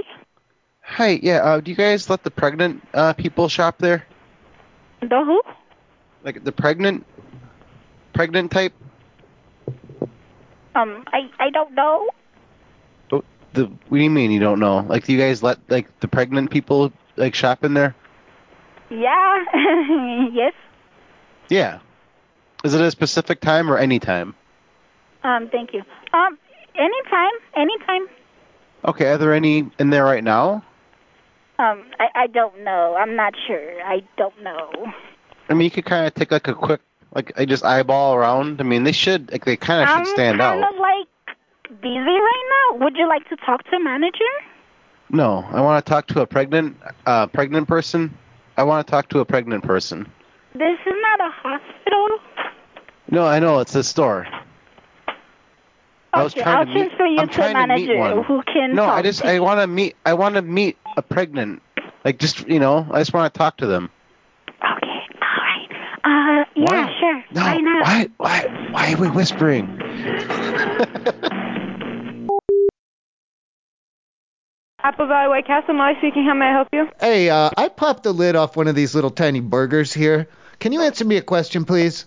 Hi, yeah. Uh, do you guys let the pregnant uh, people shop there?
The who?
Like the pregnant, pregnant type,
Um, I I don't know.
Oh, The what do you mean you don't know? Like do you guys let like the pregnant people like shop in there?
Yeah, yes.
Yeah. Is it a specific time or any time?
Um, thank you. Um, anytime, anytime.
Okay, are there any in there right now?
Um, I I don't know. I'm not sure. I don't know.
I mean you could kinda take like a quick like I just eyeball around. I mean they should like they kinda
I'm
should stand
kind
out.
of like busy right now. Would you like to talk to a manager?
No. I wanna talk to a pregnant uh pregnant person. I wanna talk to a pregnant person.
This is not a hospital.
No, I know it's a store. I was
Okay,
trying
I'll
to meet.
transfer you
I'm
to
trying to meet
manager
one.
who can
No, I
help.
just I want to meet. I want to meet a pregnant. Like just you know, I just want to talk to them.
Uh, yeah,
Why?
sure.
No,
Why not?
why why why are we whispering?
Apple Valley White Castle, Molly speaking. How may I help you?
Hey, uh, I popped the lid off one of these little tiny burgers here. Can you answer me a question, please?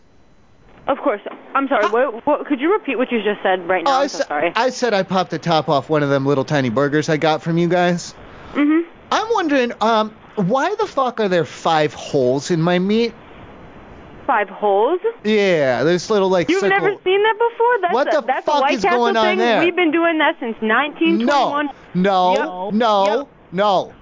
Of course. I'm sorry. What, what? Could you repeat what you just said right now? I'm so sorry.
Oh, I said I popped the top off one of them little tiny burgers I got from you guys.
Mm-hmm.
I'm wondering, um, why the fuck are there five holes in my meat?
Five holes?
Yeah, there's little like
You've
circle.
never seen that before? That's
What
a,
the
that's
fuck
a White
is
Castle
going on
thing.
there?
We've been doing that since 1921.
No, no, no.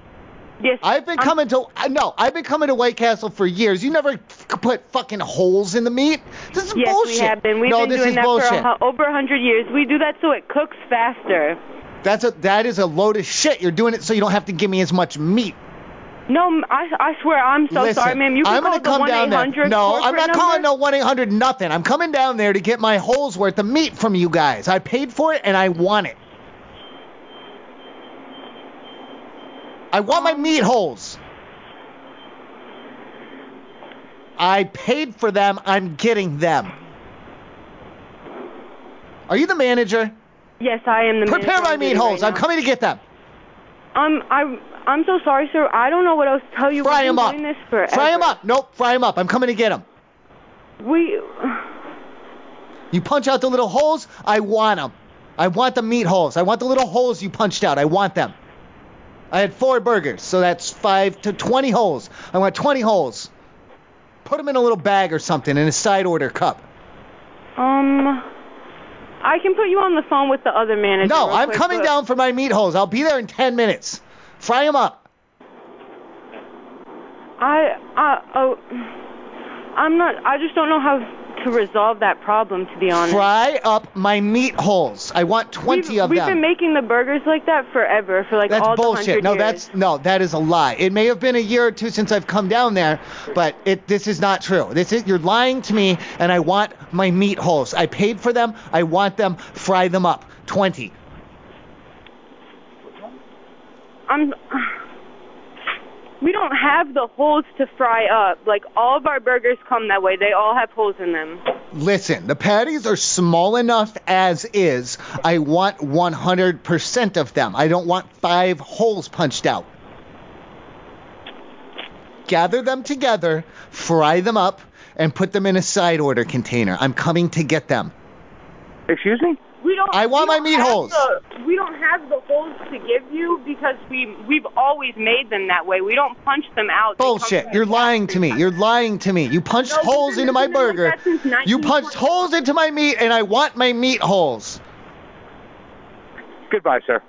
Yes.
I've been coming to I- no, I've been coming to White Castle for years. You never f- put fucking holes in the meat. This is
Yes,
bullshit.
we have been. We've
no,
been
this
doing
is
that
bullshit.
for a, hu- over 100 years. We do that so it cooks faster.
That's a that is a load of shit. You're doing it so you don't have to give me as much meat.
No, m- I, I swear, I'm so
Listen,
sorry, ma'am. You can
I'm
call
gonna
the
come
1
down there.
800
No, I'm not
number.
calling no 1 800 nothing. I'm coming down there to get my holes worth of meat from you guys. I paid for it and I want it. I want
Um,
my meat holes. I paid for them. I'm getting them. Are you the manager?
Yes, I am the
Prepare
manager.
my
I'm
meat
getting
holes.
right
I'm coming to get them.
Um, I'm I'm so sorry, sir. I don't know what else to tell you.
Fry
We've
'em
been
up.
doing this forever.
Fry them up. Nope, fry them up. I'm coming to get them.
We.
You punch out the little holes. I want them. I want the meat holes. I want the little holes you punched out. I want them. I had four burgers, so that's five to 20 holes. I want 20 holes. Put them in a little bag or something in a side order cup.
Um, I can put you on the phone with the other manager.
No,
real
I'm
quick,
coming
but-
down for my meat holes. I'll be there in 10 minutes. Fry them up.
I I oh, I'm not. I just don't know how to resolve that problem. To be honest.
Fry up my meat holes. I want 20
We've,
of
we've
them.
been making the burgers like that forever, for like
that's
all
bullshit.
the hundred
No,
years.
that's no, that is a lie. It may have been a year or two since I've come down there, but it this is not true. This is you're lying to me, and I want my meat holes. I paid for them. I want them. Fry them up. Twenty.
I'm. We don't have the holes to fry up. Like all of our burgers come that way. They all have holes in them.
Listen, the patties are small enough as is. I want 100% of them. I don't want five holes punched out. Gather them together, fry them up, and put them in a side order container. I'm coming to get them.
Excuse me?
We don't.
I
we
want my
don't
meat
have
holes.
the- we don't have the holes to give you because we we've always made them that way. We don't punch them out. They come
Bullshit. You're lying to me. You're lying to me. You punched
No, we've
holes
been
into my
doing it like
burger.
that since
You punched holes into my meat, and I want my meat holes.
Goodbye, sir.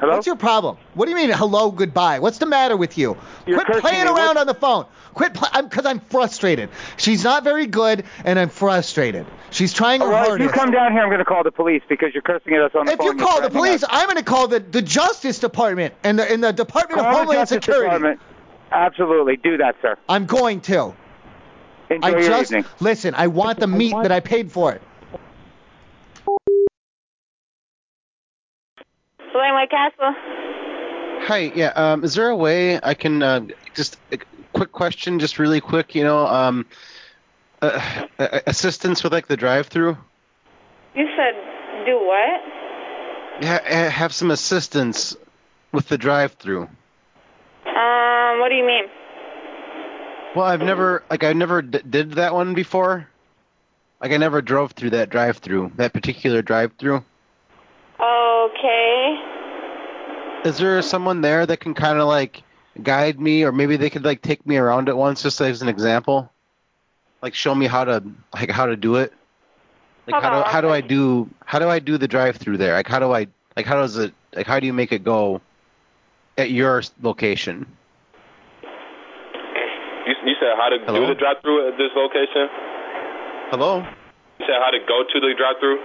Hello?
What's your problem? What do you mean, hello, goodbye? What's the matter with you?
You're
Quit
cursing
playing
me.
around
What's-
on the phone. Quit playing, I'm, because I'm frustrated. She's not very good, and I'm frustrated. She's trying her
Well, if you
hardest.
come down here, I'm going to call the police because you're cursing at us on the
if
phone.
you
and
call the
threatening
police,
us.
I'm going to call the, the Justice Department and the, and the Department
Call
of
the
Homeland
Justice
Security.
Department. Absolutely. Do that, sir.
I'm going to.
Enjoy
I
your
just
evening.
listen. I want the meat that I paid for it.
Blaine White Castle.
Hi, yeah. Um, is there a way I can uh, just a quick question, just really quick? You know, um, uh, a- a- assistance with like the drive-through.
You said do what?
Yeah, ha- have some assistance with the drive-through.
Um, what do you mean?
Well, I've never like I never d- did that one before. Like I never drove through that drive-through, that particular drive-through.
Okay.
Is there someone there that can kind of like guide me, or maybe they could like take me around it once, just as an example? Like show me how to like how to do it. Like how
Hold
do
on.
how do I do how do I do the drive-through there? Like how do I like how does it like how do you make it go at your s- location?
You, you said how to do the drive through at this location?
Hello.
You said how to go to the drive through?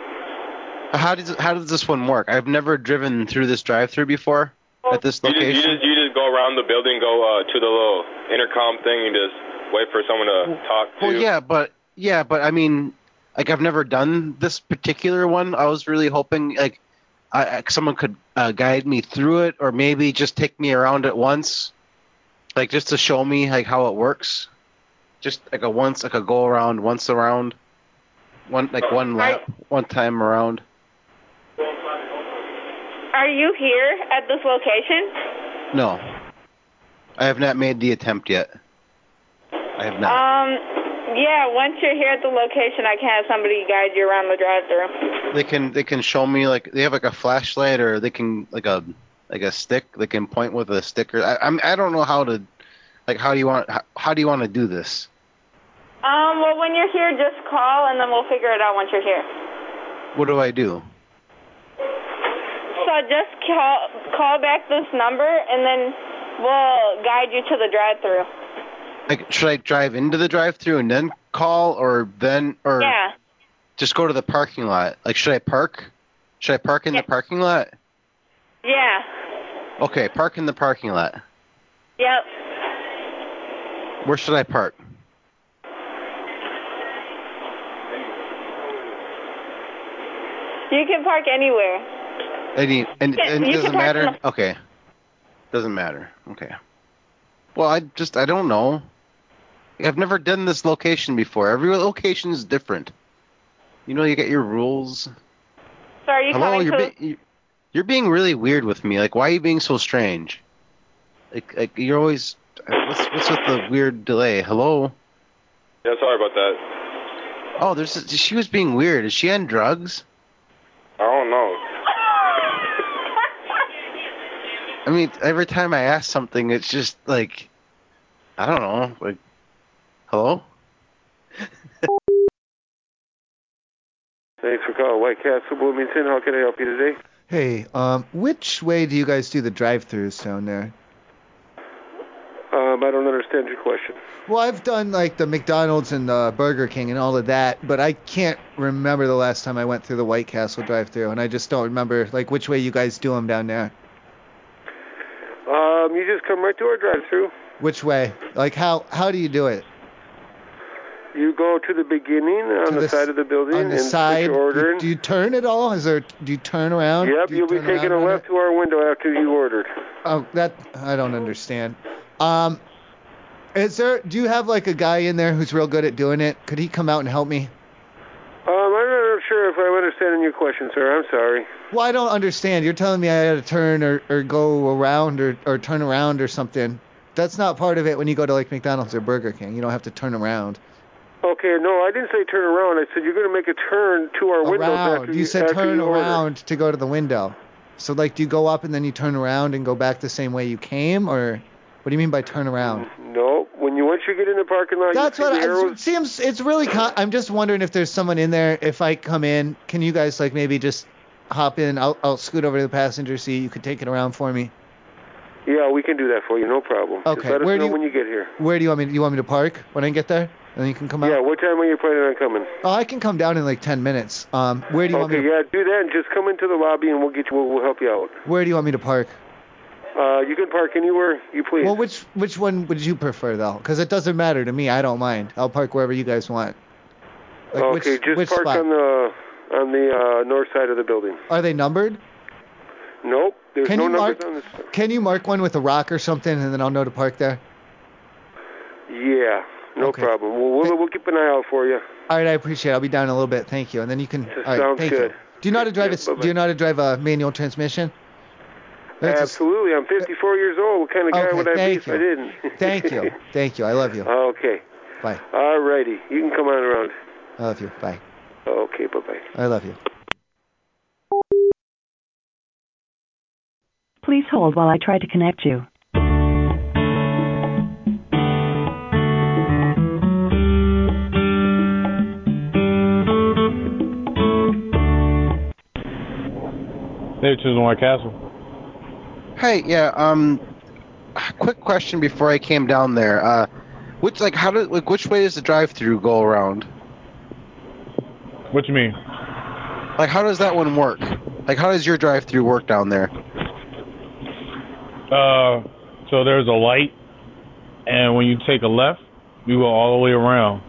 How does how does this one work? I've never driven through this drive-through before at this
You just, you
location.
just you just go around the building, go uh, to the little intercom thing, and just wait for someone to talk to.
Well, yeah, but yeah, but I mean, like I've never done this particular one. I was really hoping like I, I- someone could uh, guide me through it, or maybe just take me around it once, like just to show me like how it works. Just like a once, like a go around, once around, one like one lap, one time around.
Are you here at this location?
No, I have not made the attempt yet. I have not.
Um, yeah, once you're here at the location, I can have somebody guide you around the drive-through.
they can they can show me like they have like a flashlight or they can like a like a stick they can point with a sticker I, i'm i don't know how to like how do you want how, how do you want to do this
Um, well, when you're here, just call, and then we'll figure it out once you're here.
what do i do
So just call call back this number, and then we'll guide you to the drive-through.
like should i drive into the drive through and then call or then or
Yeah.
just go to the parking lot like should i park should i park in the parking lot
Yeah.
okay park in the parking lot
Yep.
where should i park
You can park anywhere.
Any and,
Yeah,
and
you
it
can
doesn't
park in
matter. Okay. Doesn't matter. Okay. Well, I just I don't know. I've never done this location before. Every location is different. You know, you get your rules.
So are you
Hello,
coming
you're
to?
be, you- you're being really weird with me. Like, why are you being so strange? Like, like you're always. What's what's with the weird delay? Hello.
Yeah, sorry about that.
Oh, there's she was being weird. Is she on drugs?
I don't know.
I mean, every time I ask something, it's just like, I don't know, like, hello?
Thanks for calling White Castle Bloomington. How can I help you today?
Hey, um, which way do you guys do the drive-throughs down there?
Um, I don't understand your question.
Well, I've done like the McDonald's and the Burger King and all of that, but I can't remember the last time I went through the White Castle drive-through, and I just don't remember like which way you guys do them down there.
Um, you just come right to our drive-through.
Which way? Like how how do you do it?
You go to the beginning on the, side of the building
On the
and
side?
push your order. in.
Do you turn at all? Is there? Do you turn around?
Yep,
Do you
you'll be
turn around
taking a
on it?
left to our window after you ordered.
Oh, that I don't understand. Um, is there? Do you have like a guy in there who's real good at doing it? Could he come out and help me?
Um, I'm not sure if I'm understanding your question, sir. I'm sorry.
Well, I don't understand. You're telling me I had to turn or, or go around or, or turn around or something. That's not part of it when you go to like McDonald's or Burger King. You don't have to turn around.
Okay, no, I didn't say turn around. I said you're going to make a turn to our window after
Around. You said
after
turn
you order.
around to go to the window. So like, do you go up and then you turn around and go back the same way you came, or what do you mean by turn around?
No, when you once you get in the parking lot,
That's
you see
what
the
I,
arrows.
it seems. It's really. Con- I'm just wondering if there's someone in there. If I come in, can you guys like maybe just hop in? I'll I'll scoot over to the passenger seat. You could take it around for me.
Yeah, we can do that for you. No problem. Just
Okay,
let us
where do
know
you-
when you get here.
Where do you want me? You want me to park when I get there, and then you can come out.
Yeah, what time are you planning on coming?
Oh, I can come down in like 10 minutes. Um, where do you want me?
Okay, yeah, do that and just come into the lobby and we'll get you. We'll, we'll help you out.
To, where do you want me to park?
Uh, you can park anywhere you please.
Well, which which one would you prefer though? Because it doesn't matter to me. I don't mind. I'll park wherever you guys want. Like
okay,
which
just
which
park
spot?
on the on the uh, north side of the building.
Are they numbered?
Nope, there's
Can
no
you
numbers
mark-
on this.
Can you mark one with a rock or something, and then I'll know to park there?
Yeah, no problem. We'll, we'll we'll keep an eye out for you.
All right, I appreciate. it. I'll be down in a little bit. Thank you. And then you can. all right,
sounds
thank
good.
You. Do you know how to drive a Do you know how to drive a manual transmission? That's a s-
Absolutely, I'm 54 years old. What kind of guy
Okay,
would I be
thank
if
you.
I didn't?
Thank you. Thank you. I love you.
okay.
Bye.
All righty, you can come on around.
I love you. Bye.
Okay, bye bye.
I love you.
Please hold while I try to connect you.
They were choosing White Castle.
Hey, yeah, um, quick question before I came down there. Uh, which, like, how do, like, which way does the drive through go around?
What you mean?
Like, how does that one work? Like, how does your drive through work down there?
Uh, so there's a light, and when you take a left, you go all the way around.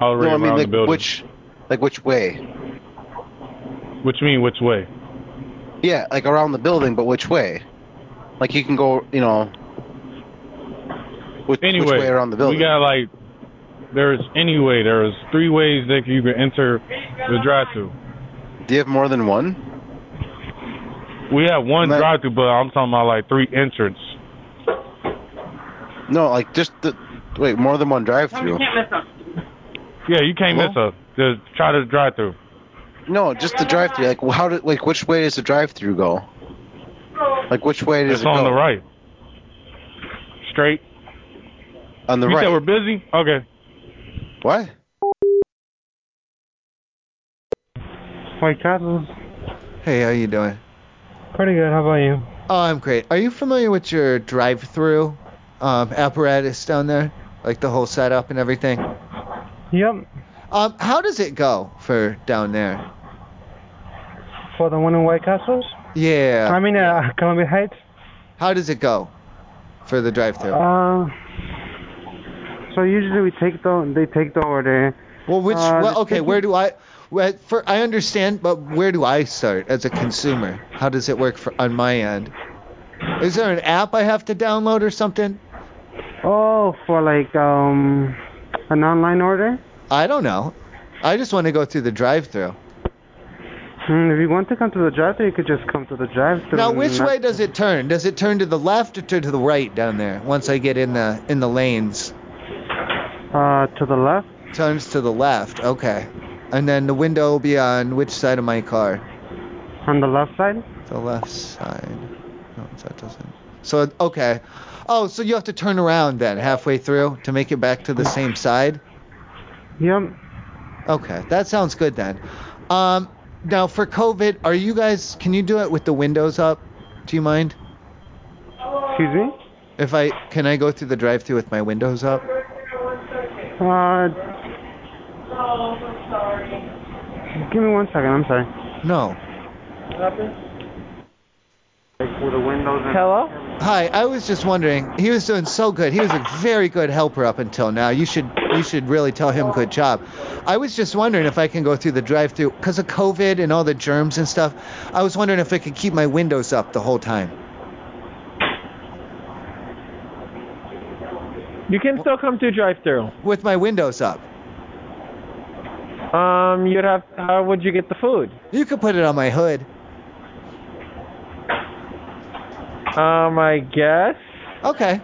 all the way
No, I mean,
around
like,
the building.
which, like which way?
Which mean which way?
Yeah, like around the building, but which way? Like you can go, you know, which,
anyway,
which way around the building?
We got like there's anyway there's three ways that you can enter the drive-through.
Do you have more than one?
We have one drive-through, but I'm talking about like three entrance.
No, like just the wait, more than one drive-through.
Yeah, you can't miss a. Just try the drive-through.
No, just the drive-through. Like how did like which way does the drive-through go? Like which way does
It's
it go?
on the right. Straight.
On the
you
right.
said we're busy. Okay.
What?
White Castle. Hey, how you doing?
Pretty good. How about you?
Oh, I'm great. Are you familiar with your drive-through um, apparatus down there, like the whole setup and everything?
Yep.
Um, how does it go for down there?
For the one in White Castles?
Yeah.
I mean, uh, Columbia Heights?
How does it go for the drive-through?
Uh, so usually we take the, they take the order.
Well, which
uh,
well,
the
okay,
chicken-
where do I? Well, for I understand, but where do I start as a consumer? How does it work for, on my end? Is there an app I have to download or something?
Oh, for like, um, an online order?
I don't know. I just want to go through the drive-through.
Hmm, if you want to come to the drive-thru, you could just come to the drive-thru.
Now, which
and-
way does it turn? Does it turn to the left or turn to the right down there? Once I get in the in the lanes.
Uh, to the left.
Turns to the left. Okay. And then the window will be on which side of my car?
On the left side.
The left side. No, that doesn't. So okay. Oh, so you have to turn around then halfway through to make it back to the same side.
Yep.
Okay, that sounds good then. Um, now for COVID, are you guys? Can you do it with the windows up? Do you mind?
Excuse me.
If I can, I go through the drive-through with my windows up.
Uh, give me one second. I'm sorry.
No.
Like with the windows. And-
Hi, I was just wondering. He was doing so good. He was a very good helper up until now. You should you should really tell him good job. I was just wondering if I can go through the drive-through because of COVID and all the germs and stuff. I was wondering if I could keep my windows up the whole time.
You can
still
come through drive-through
with my windows up.
Um, you'd have. How would you get the food?
You could put it on my hood.
Um, I guess.
Okay.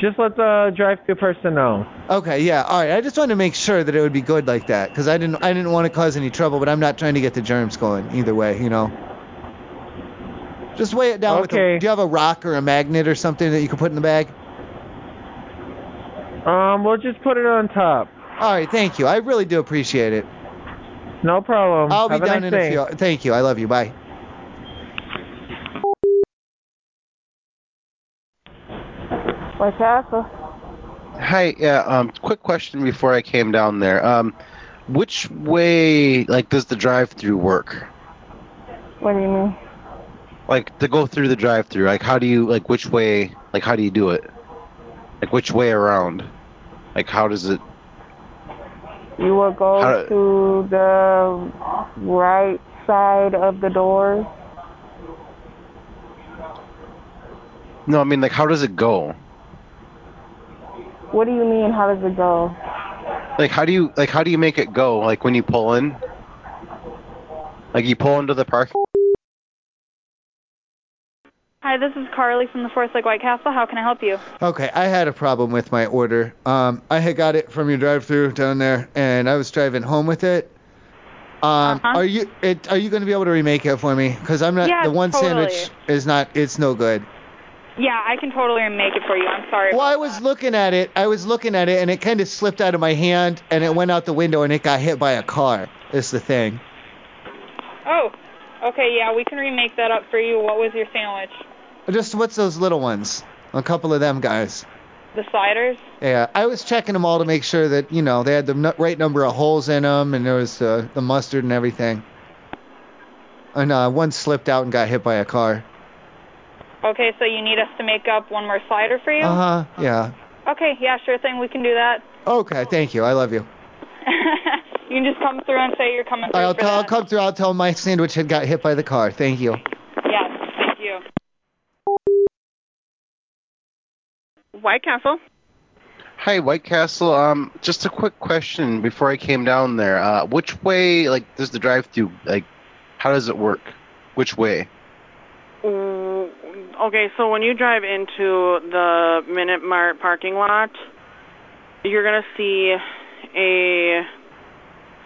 Just let the drive-through person know.
Okay, yeah, all right. I just wanted to make sure that it would be good like that because I didn't I didn't want to cause any trouble, but I'm not trying to get the germs going either way, you know. Just weigh it down with. A, do you have a rock or a magnet or something that you can put in the bag?
Um, we'll just put it on top.
All right, thank you. I really do appreciate it.
No problem.
I'll be
Have a
down
nice
in
day.
a few. Thank you. I love you. Bye.
White Castle.
Hi, yeah. Um, quick question before I came down there. Um, which way like does the drive-through work?
What do you mean?
Like to go through the drive-through, like how do you like which way? Like how do you do it? Like which way around? Like how does it?
You will go
How-
to the right side of the door.
No, I mean like how does it go?
What do you mean? How does it go?
Like how do you like how do you make it go? Like when you pull in? Like you pull into the parking.
Hi, this is Carly from the Fourth Lake White Castle. How can I help you?
Okay, I had a problem with my order. Um, I had got it from your drive-through down there, and I was driving home with it. Um, are you it, are you going to be able to remake it for me? Because I'm not
Uh-huh. Yeah,
the one
totally.
sandwich is not it's no good.
Yeah, I can totally make it for you. I'm sorry.
Well, I was looking at it. I was looking at it, and it kind of slipped out of my hand, and it went out the window, and it got hit by a car. Is the thing.
Oh, okay. Yeah, we can remake that up for you. What was your sandwich?
Just what's those little ones? A couple of them guys.
The sliders?
Yeah, I was checking them all to make sure that you know they had the nu- right number of holes in them, and there was uh, the mustard and everything. And uh, one slipped out and got hit by a car.
Okay,
Uh-huh.
so you need us to make up one more slider for you?
Uh huh. Yeah.
Okay, yeah, sure thing. We can do that.
Okay, thank you. I love you.
you can just come through and say you're coming through
I'll,
for
tell, I'll
that.
come through. I'll tell my sandwich had got hit by the car. Thank you.
Yes, thank you.
White Castle.
Hi, White Castle. Um, just a quick question before I came down there. Uh, which way, like, does the drive-through, like, how does it work? Which way?
Mm, Okay, so when you drive into the Minute Mart parking lot, you're gonna see a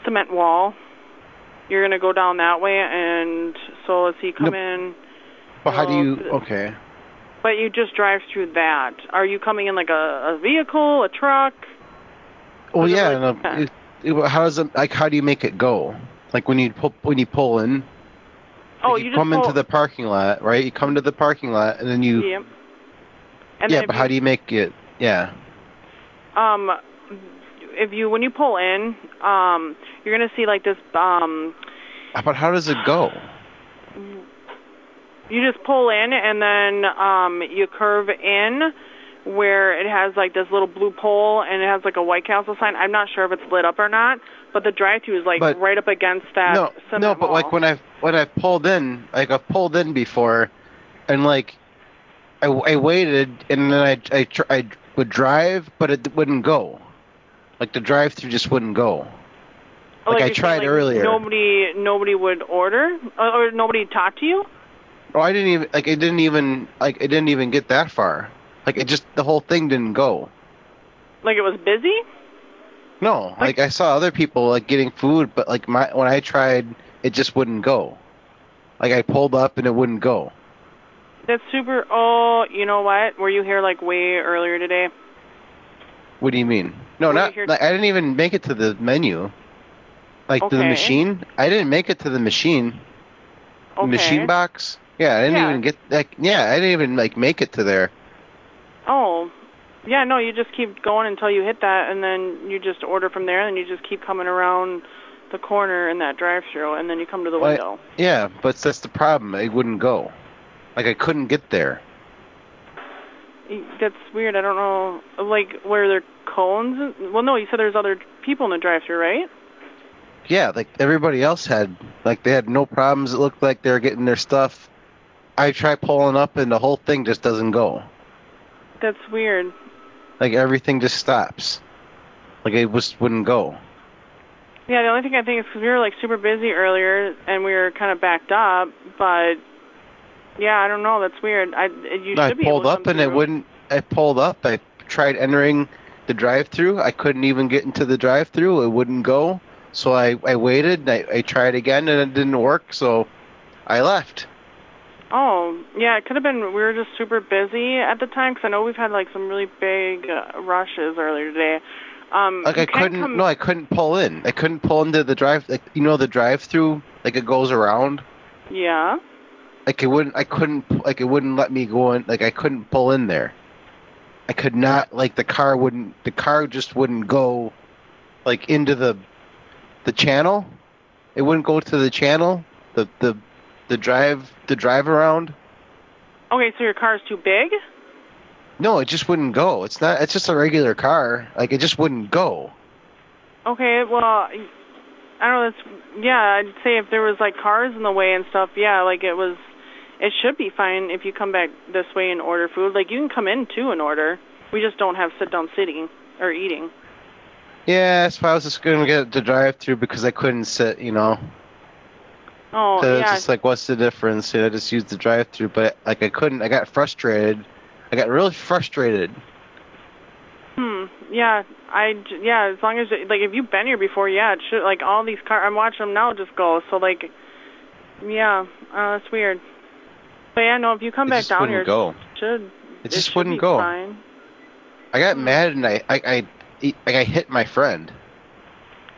cement wall. You're gonna go down that way, and so let's see, come in.
But how do you? Okay.
But you just drive through that. Are you coming in like a, a vehicle, a truck?
Well, yeah. and, uh, it- it- how does it? Like, how do you make it go? Like when you pull when you pull in,
Oh,
you,
you just
come
pull-
into the parking lot, right? You come to the parking lot, and then you.
Yep. And
yeah,
then if
but how do you make it? Yeah.
um if you when you pull in um you're going to see like this um
But how does it go?
you just pull in and then um you curve in where it has like this little blue pole and it has like a white castle sign i'm not sure if it's lit up or not but the drive through is like
But-
right up against that
no,
cement
no, but like
wall.
when I when I pulled in, like I've pulled in before, and like I, I waited, and then I I, tr- I would drive, but it wouldn't go. Like the drive through just wouldn't go. Like,
you're
I
saying,
tried
Oh, like,
earlier.
nobody nobody would order or, or nobody talked to you
Oh, I didn't even like it didn't even like it didn't even get that far. Like it just the whole thing didn't go.
like it was busy
No, like I saw other people like getting food, but like my when I tried, it just wouldn't go. Like I pulled up and it wouldn't go.
that's super oh you know what were you here like way earlier today
What do you mean? No,
Were you
not
here-
like I didn't even make it to the menu. Like to the
Okay.
machine? I didn't make it to the machine. The
Okay.
Machine box? Yeah, I didn't
Yeah.
even get like yeah, I didn't even like make it to there.
Oh, yeah, no, you just keep going until you hit that, and then you just order from there, and you just keep coming around the corner in that drive-through, and then you come to the
Why-
window.
Yeah, but that's the problem. It wouldn't go. Like I couldn't get there.
E, That's weird. I don't know, like where there cones. Well, no, you said there's other people in the drive-through, right?
Yeah, like everybody else had, like they had no problems. It looked like they were getting their stuff. I try pulling up, and the whole thing just doesn't go.
That's weird.
Like everything just stops. Like it just wouldn't go.
Yeah, the only thing I think is 'cause we were like super busy earlier, and we were kind of backed up, but yeah, I don't know. That's weird. I you
I
should be able
pulled
to
up,
come
and it
through.
wouldn't. I pulled up. I tried entering the drive-through. I couldn't even get into the drive-through. It wouldn't go. So I I waited. And I I tried again, and it didn't work. So I left.
Oh, yeah, it could have been. We were just super busy at the time 'cause I know we've had like some really big uh, rushes earlier today. Um,
Like
you
I
can
couldn't.
come-
No, I couldn't pull in. I couldn't pull into the drive. Like you know the drive-through. Like it goes around.
Yeah.
like it wouldn't i couldn't like it wouldn't let me go in like i couldn't pull in there i could not like the car wouldn't the car just wouldn't go like into the the channel it wouldn't go to the channel the the the drive the drive around
Okay, so your car's too big.
no it just wouldn't go it's not it's just a regular car like it just wouldn't go
Okay, well, I don't know. That's yeah. I'd say if there was like cars in the way and stuff, yeah, like it was. It should be fine if you come back this way and order food. Like you can come in too and order. We just don't have sit down sitting or eating.
yeah that's why i was just gonna get the drive through because i couldn't sit you know
Oh,
So it's
yeah.
just like, what's the difference? And I just used the drive-through, but like I couldn't. I got frustrated. I got really frustrated.
Hmm. Yeah. I. j- Yeah. As long as like if you've been here before, yeah. It should like all these car. I'm watching them now just go. So like, yeah. Uh, that's weird. But yeah, no. If you come
It
back
just
down
wouldn't
here,
go.
it should.
It just
should
wouldn't
be
go.
Fine. Hmm.
I got mad and I I I, I, like, I hit my friend.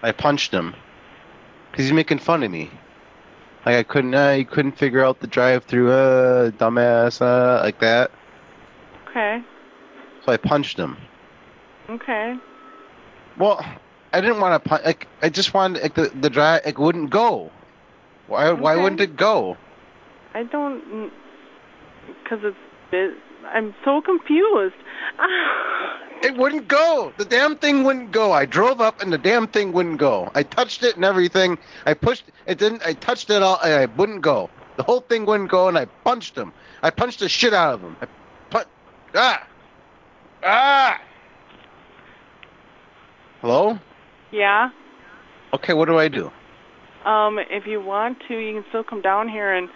I punched him because he's making fun of me. Like I couldn't. Uh, he couldn't figure out the drive-through. Uh, dumbass. Uh, like that.
Okay.
So I punched him.
Okay.
Well, I didn't want to punch. Like I just wanted like the the drive. It wouldn't go. Why why
Okay.
wouldn't it go?
I don't. Because it's. bu- I'm so confused.
It wouldn't go. The damn thing wouldn't go. I drove up and the damn thing wouldn't go. I touched it and everything. I pushed it didn't I touched it all and it wouldn't go. The whole thing wouldn't go and I punched him. I punched the shit out of him. I pun- ah. Ah. Hello?
Yeah.
Okay, what do I do?
Um, if you want to, you can still come down here and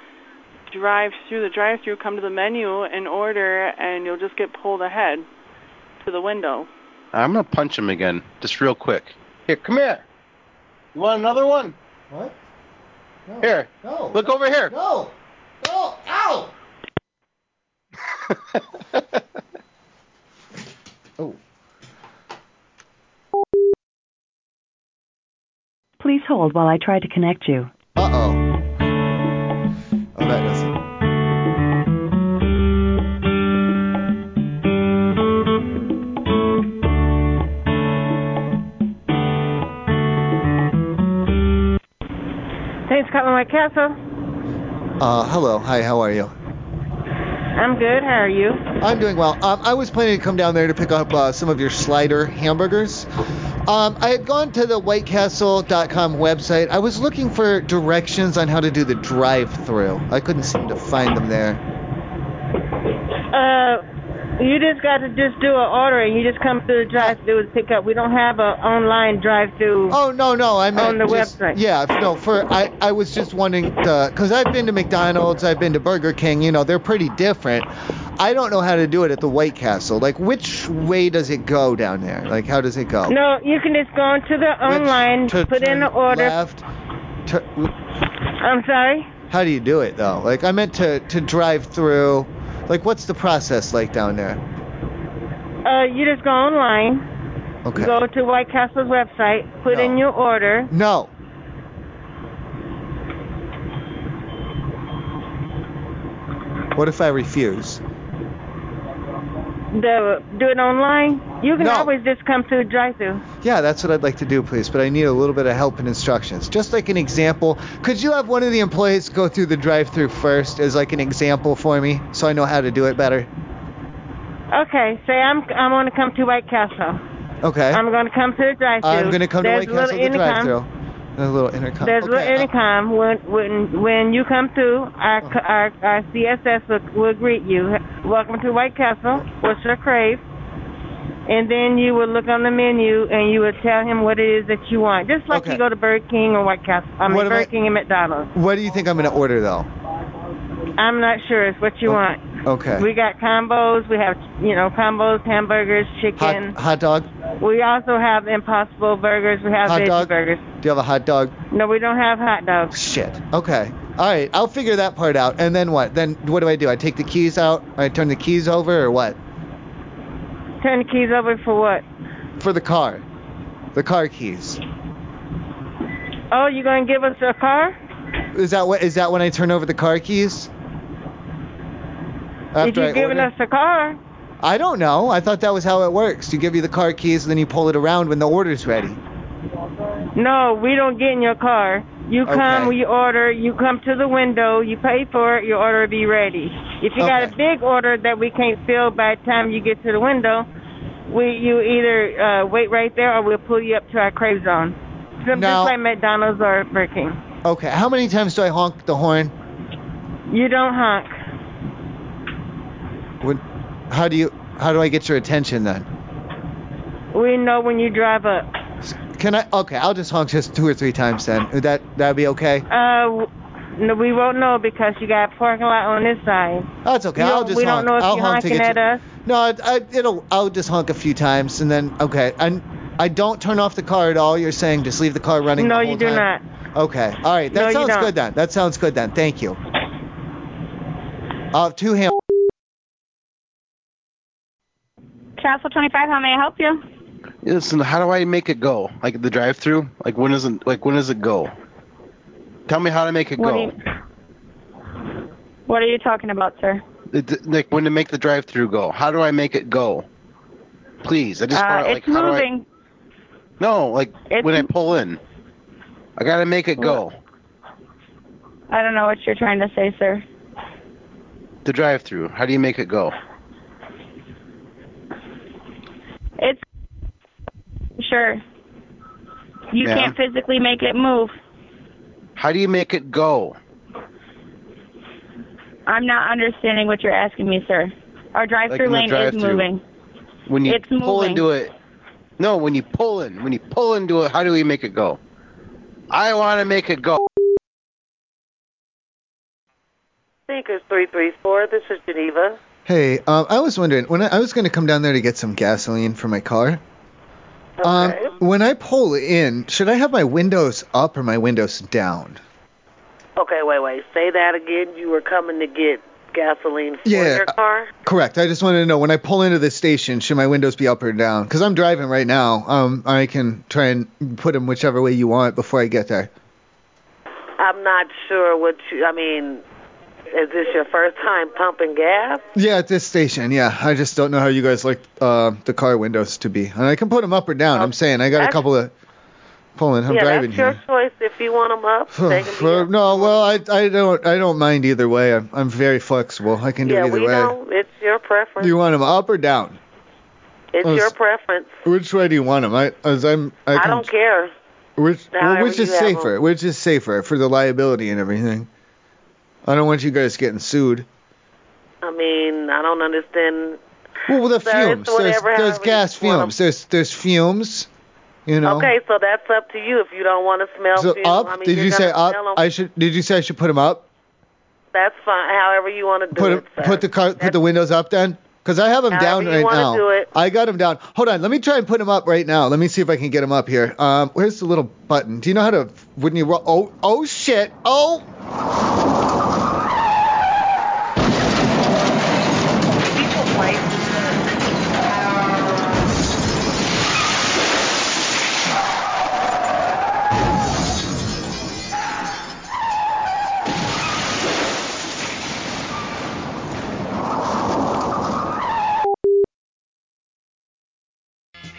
drive through the drive-through. Come to the menu and order, and you'll just get pulled ahead to the window.
I'm gonna punch him again, just real quick. Here, come here. You want another one?
What? No.
Here.
No.
Look over here.
No. No. Ow. oh.
Please hold while I try to connect you.
Uh oh. Oh, that doesn't.
Thanks, Scotland White Castle.
Uh, hello. Hi. How are you?
I'm good. How are you?
I'm doing well. Um, I was planning to come down there to pick up uh, some of your slider hamburgers. Um, I had gone to the WhiteCastle.com website. I was looking for directions on how to do the drive-through. I couldn't seem to find them there.
Uh, you just got to just do an order and you just come through the drive-through and pick up. We don't have an online drive-through.
Oh no, no, I meant
on the
just-
website.
Yeah, no. For I, I was just wondering because I've been to McDonald's, I've been to Burger King. You know, they're pretty different. I don't know how to do it at the White Castle. Like, which way does it go down there? Like, how does it go?
No, you can just go onto the online, put in the order.
Left. Tur-
I'm sorry.
How do you do it though? Like I meant to to drive through. Like what's the process like down there?
Uh, you just go online,
Okay.
go to White Castle's website, put in your order.
No. What if I refuse?
The do it online. You can always just come through the drive-through.
Yeah, that's what I'd like to do, please. But I need a little bit of help and instructions. Just like an example, could you have one of the employees go through the drive-through first as like an example for me, so I know how to do it better?
Okay, say I'm I'm gonna come to White Castle.
Okay.
I'm gonna come to the drive-through.
I'm gonna come to
There's a
White
little
Castle the
intercom.
drive-through. A little intercom.
There's
okay.
little intercom when when when you come through, our
Uh-huh.
c our, our CSS will, will greet you. Welcome to White Castle. What's your crave? And then you will look on the menu and you will tell him what it is that you want, just like you go to Burger King or White Castle. I mean
What am I-
Burger King and McDonald's.
What do you think I'm gonna order though?
I'm not sure. It's what you want.
Okay.
We got combos. We have you know combos, hamburgers, chicken.
Hot dog.
We also have Impossible Burgers. We have
Hot
veggie
dog?
burgers.
Do you have a hot dog?
No, we don't have hot dogs.
Shit. Okay. All right. I'll figure that part out. And then what? Then what do I do? I take the keys out. I turn the keys over, or what?
Turn the keys over for what?
For the car. The car keys.
Oh, you gonna give us a car?
Is that what? Is that when I turn over the car keys?
if you're
I
giving
order?
us a car,
I don't know. I thought that was how it works. You give you the car keys, and then you pull it around when the order's ready.
no, we don't get in your car. You come,
Okay.
we order. You come to the window, you pay for it, your order will be ready. If you got a big order that we can't fill by the time you get to the window, we you either uh, wait right there or we'll pull you up to our crave zone. Some
Now-
just like McDonald's or Burger King.
Okay. How many times do I honk the horn?
You don't honk.
When, how do you? How do I get your attention then?
We know when you drive up.
Can I? Okay, I'll just honk just two or three times then. Would That that'd be okay.
Uh, w- no, we won't know because you got a parking lot on this side.
That's okay.
You
I'll
don't-
just
we
honk.
don't know if
I'll
you're
honk to
honking
get
at
you-
us.
No, I, I, it'll. I'll just honk a few times and then okay. And I don't turn off the car at all. You're saying just leave the car running.
No,
the
you
whole
do
time? Okay. All right.
No,
That
you
sounds
don't.
good then. That sounds good then. Thank you. I'll have two ham.
Castle 25, how may I help you?
Listen, how do I make it go? Like the drive-through? Like when doesn't? Like when does it go? Tell me how to make it
What do
go.
you- What are you talking about, sir?
It- like when to make the drive-through go? How do I make it go? Please, I just
uh,
want to like
it's
how do I-
moving.
No, like when I pull in, I gotta make it go.
I don't know what you're trying to say, sir.
The drive-through. How do you make it go?
sure. You
Yeah.
can't physically make it move.
How do you make it go?
I'm not understanding what you're asking me, sir. Our
in
drive-through
the
lane is
drive-through.
moving.
When you
It's
pull
moving.
into it. No, when you pull in, when you pull into it, how do we make it go? I want to make it go.
Seekers 334, this is Geneva.
Hey, um, I was wondering when I, I was going to come down there to get some gasoline for my car. Um, when I pull in, should I have my windows up or my windows down?
Okay, wait, wait. Say that again. You were coming to get gasoline for
Yeah,
your
uh,
car?
Correct. I just wanted to know when I pull into the station, should my windows be up or down? Because I'm driving right now. Um, I can try and put them whichever way you want before I get there.
I'm not sure what you, I mean, is this your first time pumping gas?
Yeah, at this station. Yeah, I just don't know how you guys like uh, the car windows to be, and I can put them up or down. I'm saying I got a
Oh, that's-
couple of pulling. I'm
yeah,
driving
that's your
here.
choice. If you want 'em up, they can be
Well, no, well, I I don't I don't mind either way. I'm I'm very flexible. I can do
Yeah,
it either
we
way.
know. It's your preference.
You want them up or down?
it's
Oh,
your
s-
preference.
Which way do you want them? I as I'm I,
I
can,
don't care.
Which well,
however
which is
you have 'em.
safer? Which is safer for the liability and everything? I don't want you guys getting sued.
I mean, I don't understand.
Well, with the
Sir, it's
fumes. There's,
whatever,
there's
however you
gas
want 'em.
fumes. There's there's fumes. You know.
Okay, so that's up to you. If you don't want to smell
So
fumes,
up?
I mean,
did
you're
you say
gonna
up?
smell 'em.
I should. Did you say I should put them up?
That's fine. However you want to do
Put
it.
'em- put the car put the windows up then. Cause I have them
However
down
you
right
wanna
now.
do it.
I got them down. Hold on, let me try and put them up right now. Let me see if I can get them up here. Um, where's the little button? Do you know how to? Wouldn't you? ro- Oh, oh shit! Oh.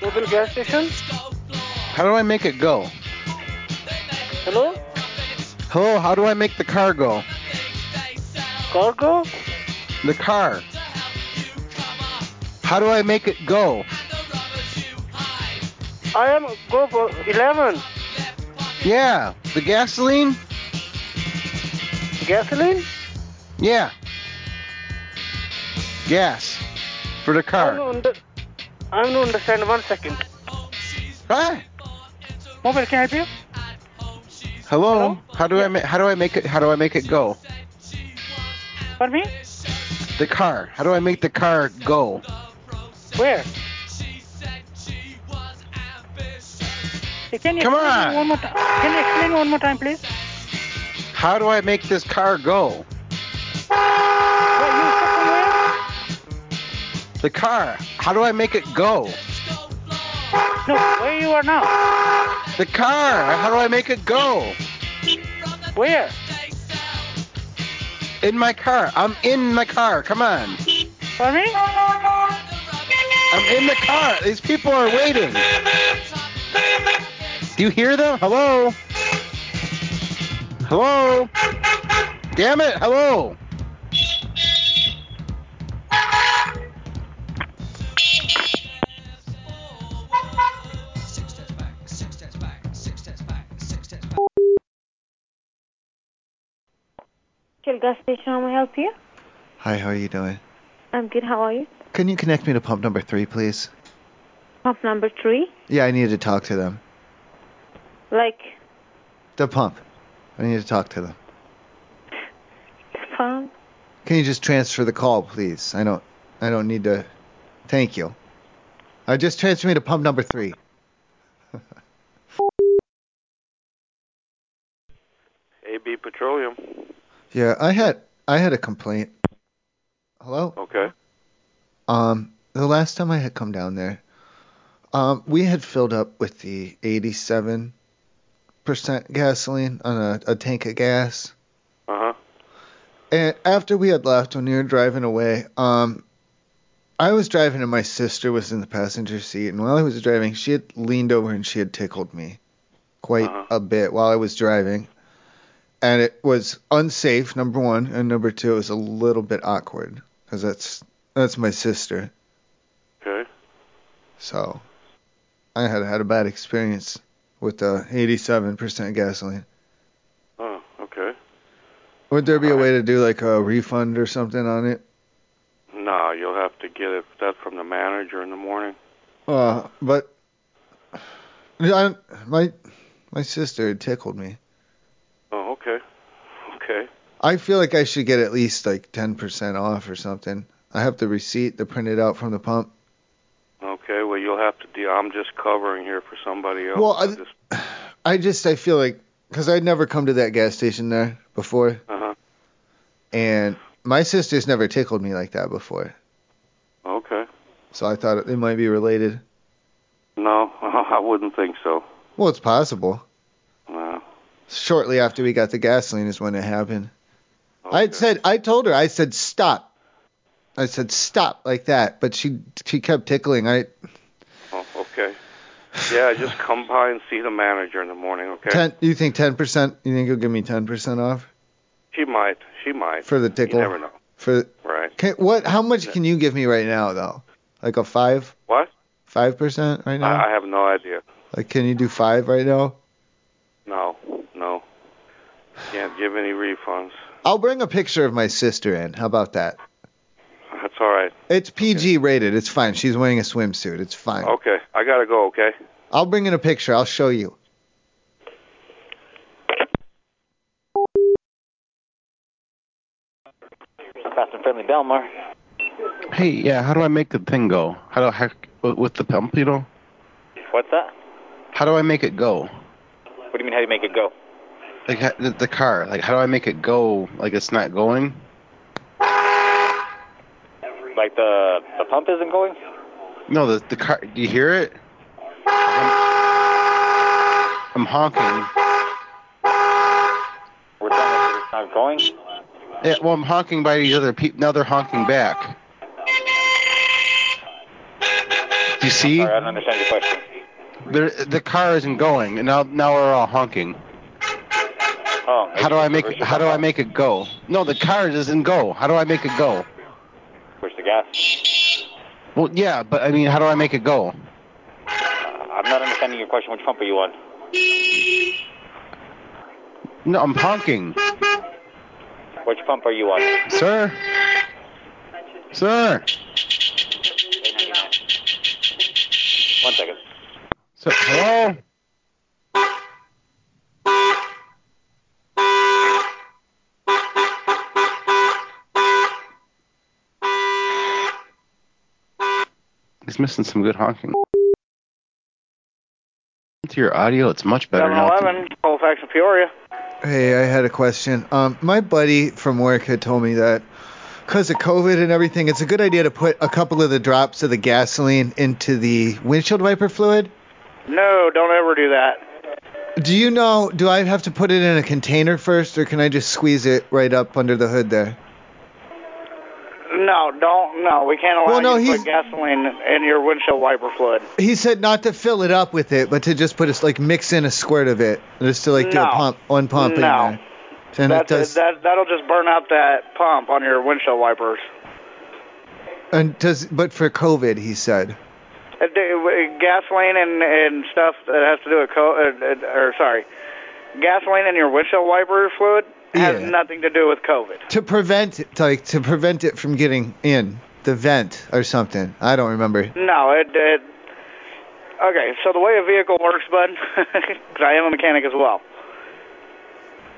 Go to the gas station.
How do I make it go?
Hello?
Hello, how do I make the car go?
Cargo?
The car. How do I make it go?
I am go for 11.
Yeah, the gasoline?
Gasoline?
Yeah. Gas for the
I
car.
don't, under- I don't understand. One second.
Hi.
Mobile, can I help you?
Hello? How do I ma- how do I make it how do I make it go?
For me?
The car. How do I make the car go?
Where? Can you
Come
explain
on.
One more time? Can you explain one more time, please?
How do I make this car go? The car. How do I make it go?
No, where you are now?
The car. How do I make it go?
Where?
In my car. I'm in my car. Come on.
For me?
I'm in the car. These people are waiting. Do you hear them? Hello? Hello? Damn it. Hello.
Kill gas station, how may I help you?
Hi, how are you doing?
I'm good, how are you?
Can you connect me to pump number three, please?
Pump number three.
Yeah, I need to talk to them.
Like,
The pump. I need to talk to them.
pump.
Can you just transfer the call, please? I don't. I don't need to. Thank you. Uh, just transfer me to pump number three.
AB Petroleum.
Yeah, I had. I had a complaint. Hello.
Okay.
Um, the last time I had come down there, um, we had filled up with the 87% gasoline on a, a tank of gas.
Uh huh.
And after we had left, when we were driving away, um, I was driving and my sister was in the passenger seat. And while I was driving, she had leaned over and she had tickled me quite a bit while I was driving. And it was unsafe, number one, and number two, it was a little bit awkward because that's that's my sister.
Okay.
So I had had a bad experience with the 87% gasoline.
Oh, okay.
Would there be a way to do like a refund or something on it?
No, you'll have to get it that from the manager in the morning.
Uh, but I, my my sister had tickled me.
Oh, okay. Okay.
I feel like I should get at least like 10% off or something. I have the receipt, the printed out from the pump.
Okay, well you'll have to deal I'm just covering here for somebody else.
Well, I, I just I feel like because I'd never come to that gas station there before,
uh-huh.
and my sister's never tickled me like that before,
Okay.
so I thought it might be related.
No, I wouldn't think so.
Well, it's possible.
No.
Shortly after we got the gasoline is when it happened. I had said I told her I said stop. I said stop like that, but she she kept tickling. I
Oh, okay. Yeah, just come by and see the manager in the morning, okay?
ten. You think ten percent? You think you'll give me ten percent off
She might. She might.
for the tickle?
You never know.
For
Right.
can, what? How much can you give me right now though? Like a five?
What?
Five percent right now?
I, I have no idea.
Like can you do five right now?
No, no. Can't give any refunds.
I'll bring a picture of my sister in. How about that?
That's all right.
It's PG rated. It's fine. She's wearing a swimsuit. It's fine.
Okay, I gotta go. Okay.
I'll bring in a picture. I'll show you.
Crafton Friendly Belmar.
Hey, yeah. How do I make the thing go? How do I hack with with the pump? You know?
What's that?
How do I make it go?
What do you mean how do you make it go?
Like ha- the, the car. Like how do I make it go? Like it's not going?
Like the the pump isn't going?
No, the the car. Do you hear it? I'm, I'm honking.
We're telling us it's not going.
Yeah, well, I'm honking by these other people. Now they're honking back. Do you see?
Sorry, I don't understand your question.
The the car isn't going, and now now we're all honking.
Oh.
How do I make it? How do I make it go? No, the car doesn't go. How do I make it go?
Push the gas.
Well, yeah, but I mean, how do I make it go?
I'm not understanding your question. Which pump are you on?
No, I'm honking,
Which pump are you on?
sir. Sir.
One second.
So, hello? He's missing some good honking. To your audio, it's much better now.
7-Eleven, Colfax and Peoria.
Hey, I had a question. Um, my buddy from work had told me that because of COVID and everything, it's a good idea to put a couple of the drops of the gasoline into the windshield wiper fluid.
No, don't ever do that.
Do you know? Do I have to put it in a container first, or can I just squeeze it right up under the hood there?
No, don't. No, we can't allow
Well, no,
you to
he's-
put gasoline in your windshield wiper fluid.
He said not to fill it up with it, but to just put a s like mix in a squirt of it, just to like do a
No.
pump, one pump in
No.
there. And it
That's
does.
that that'll just burn out that pump on your windshield wipers.
And does, but for COVID, he said.
It, it, gasoline and and stuff that has to do with co- uh, uh, or sorry, gasoline in your windshield wiper fluid has
Yeah.
nothing to do with COVID.
to prevent it, like to prevent it from getting in the vent or something. I don't remember.
No, it it. Okay, so the way a vehicle works, bud, because I am a mechanic as well.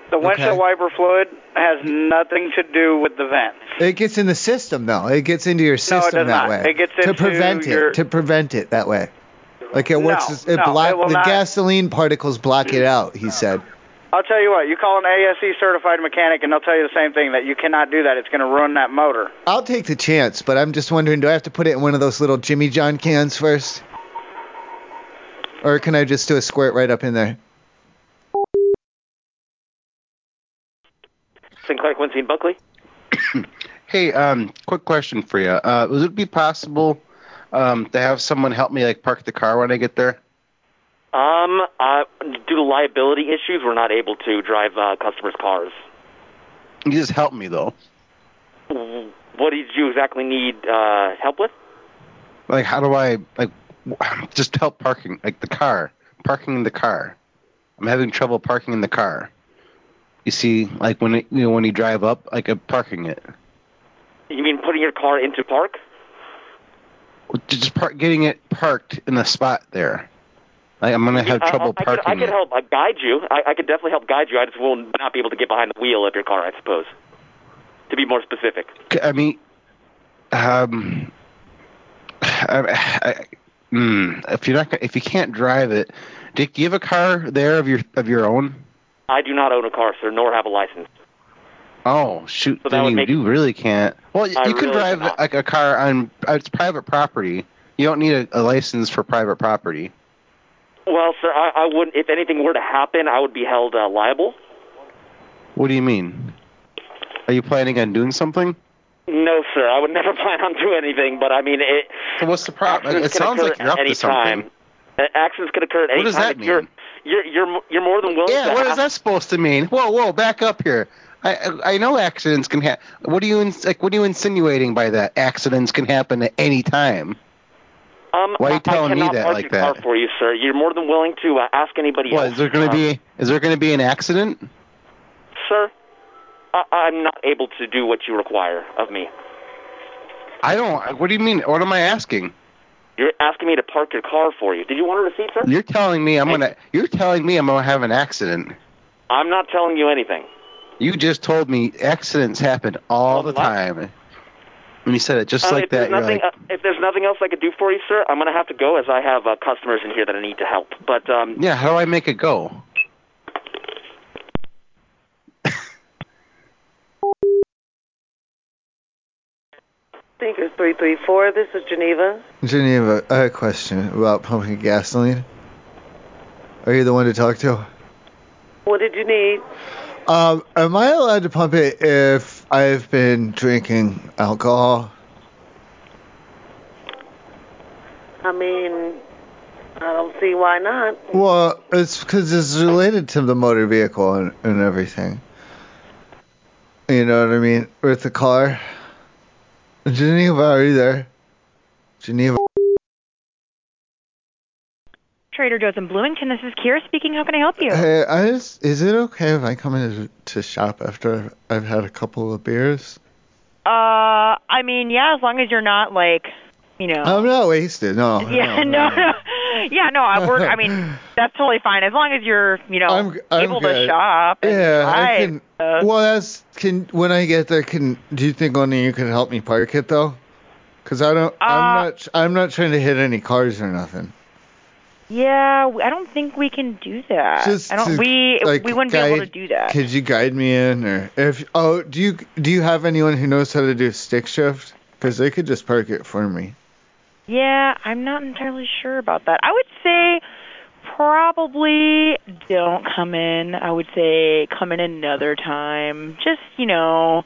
The windshield
Okay.
wiper fluid has nothing to do with the vent.
It gets in the system though. It gets into your
it does
system that
not.
way.
It gets
to
into
prevent
your-
it. To prevent it that way. Like it works.
No,
it
no,
block
it will
the
not. Mm.
gasoline particles block it out. He said.
I'll tell you what, you call an ASE certified mechanic and they'll tell you the same thing that you cannot do that. It's going to ruin that motor.
I'll take the chance, but I'm just wondering, do I have to put it in one of those little Jimmy John cans first, or can I just do a squirt right up in there?
Sinclair, Quincy, and Buckley.
Hey, um, quick question for you. Uh, would it be possible um, to have someone help me like park the car when I get there?
Um, uh, due to liability issues, we're not able to drive uh, customers' cars.
You just help me though.
What did you exactly need uh, help with?
Like, how do I like just help parking, like the car, parking in the car. I'm having trouble parking in the car. You see, like when it, you know when you drive up, like I'm parking it,
You mean putting your car into park?
just park, getting it parked in the spot there. Like I'm gonna have
I- I-
trouble
Uh, I,
parking
Could, I could
it.
help uh, guide you. I, I could definitely help guide you. I just will not be able to get behind the wheel of your car, I suppose. To be more specific.
C- I mean, um, I, I, mm, if you're not gonna- if you can't drive it, Dick, do you have a car there of your of your own?
I do not own a car, sir, nor have a license.
Oh shoot!
So that would
then you,
make-
you really can't. Well, you,
I
you can
really
drive
cannot.
like a car on uh, it's private property. You don't need a, a license for private property.
Well, sir, I, I wouldn't. If anything were to happen, I would be held uh, liable.
What do you mean? Are you planning on doing something?
No, sir, I would never plan on doing anything. But I mean, it.
So what's the problem? It
accidents can
sounds
occur
like you're
at
up
any
to something.
Time. Uh, Accidents can occur at any
What does
time.
that
If You're, you're you're mo- you're more than willing.
Yeah,
to
what is
have-
that supposed to mean? Whoa, whoa, back up here. I I I know accidents can happen. What are you ins- like? What are you insinuating by that? Accidents can happen at any time.
Um,
Why are you
I-
telling
I
me
cannot
that
park
like
your
that?
Car for you, sir. You're more than willing to uh, ask anybody
What
else.
is there going
uh,
to be? Is there going to be an accident?
sir? I, I'm not able to do what you require of me.
I don't. What do you mean? What am I asking?
You're asking me to park your car for you. Did you want a receipt, sir?
You're telling me I'm gonna. You're telling me I'm gonna have an accident.
I'm not telling you anything.
You just told me accidents happen all the time. When you said it just
Uh,
like
if there's
that, you're
nothing,
like,
uh, if there's nothing else I could do for you, sir, I'm gonna have to go as I have uh, customers in here that I need to help. But um,
yeah. How do I make it go?
Thinkers 334, this is Geneva.
Geneva, I have a question about pumping gasoline. Are you the one to talk to?
What did you need?
Um, am I allowed to pump it if I've been drinking alcohol?
I mean, I don't see why not.
Well, it's because it's related to the motor vehicle and, and everything. You know what I mean? With the car. Geneva, are you there? Geneva.
Trader Joe's in Bloomington. This is Kira speaking. How can I help you?
Hey, I just, is it okay if I come in to, to shop after I've had a couple of beers?
Uh, I mean, yeah, as long as you're not like, you know.
I'm not wasted. No.
yeah, no, no. Yeah, no, I work. I mean, that's totally fine as long as you're, you know,
I'm
able to
good.
shop. And
Yeah, I
drive.
can. well, that's can when I get there. Can do you think only you can help me park it though? Cause I don't.
Uh,
I'm not. I'm not trying to hit any cars or nothing.
Yeah, w- I don't think we can do that.
Just
I don't.
to,
we
like,
we wouldn't be able to
guide-
do that.
Could you guide me in, or if oh, do you do you have anyone who knows how to do stick shift? Cause they could just park it for me.
Yeah, I'm not entirely sure about that. I would say probably don't come in. I would say come in another time. Just, you know,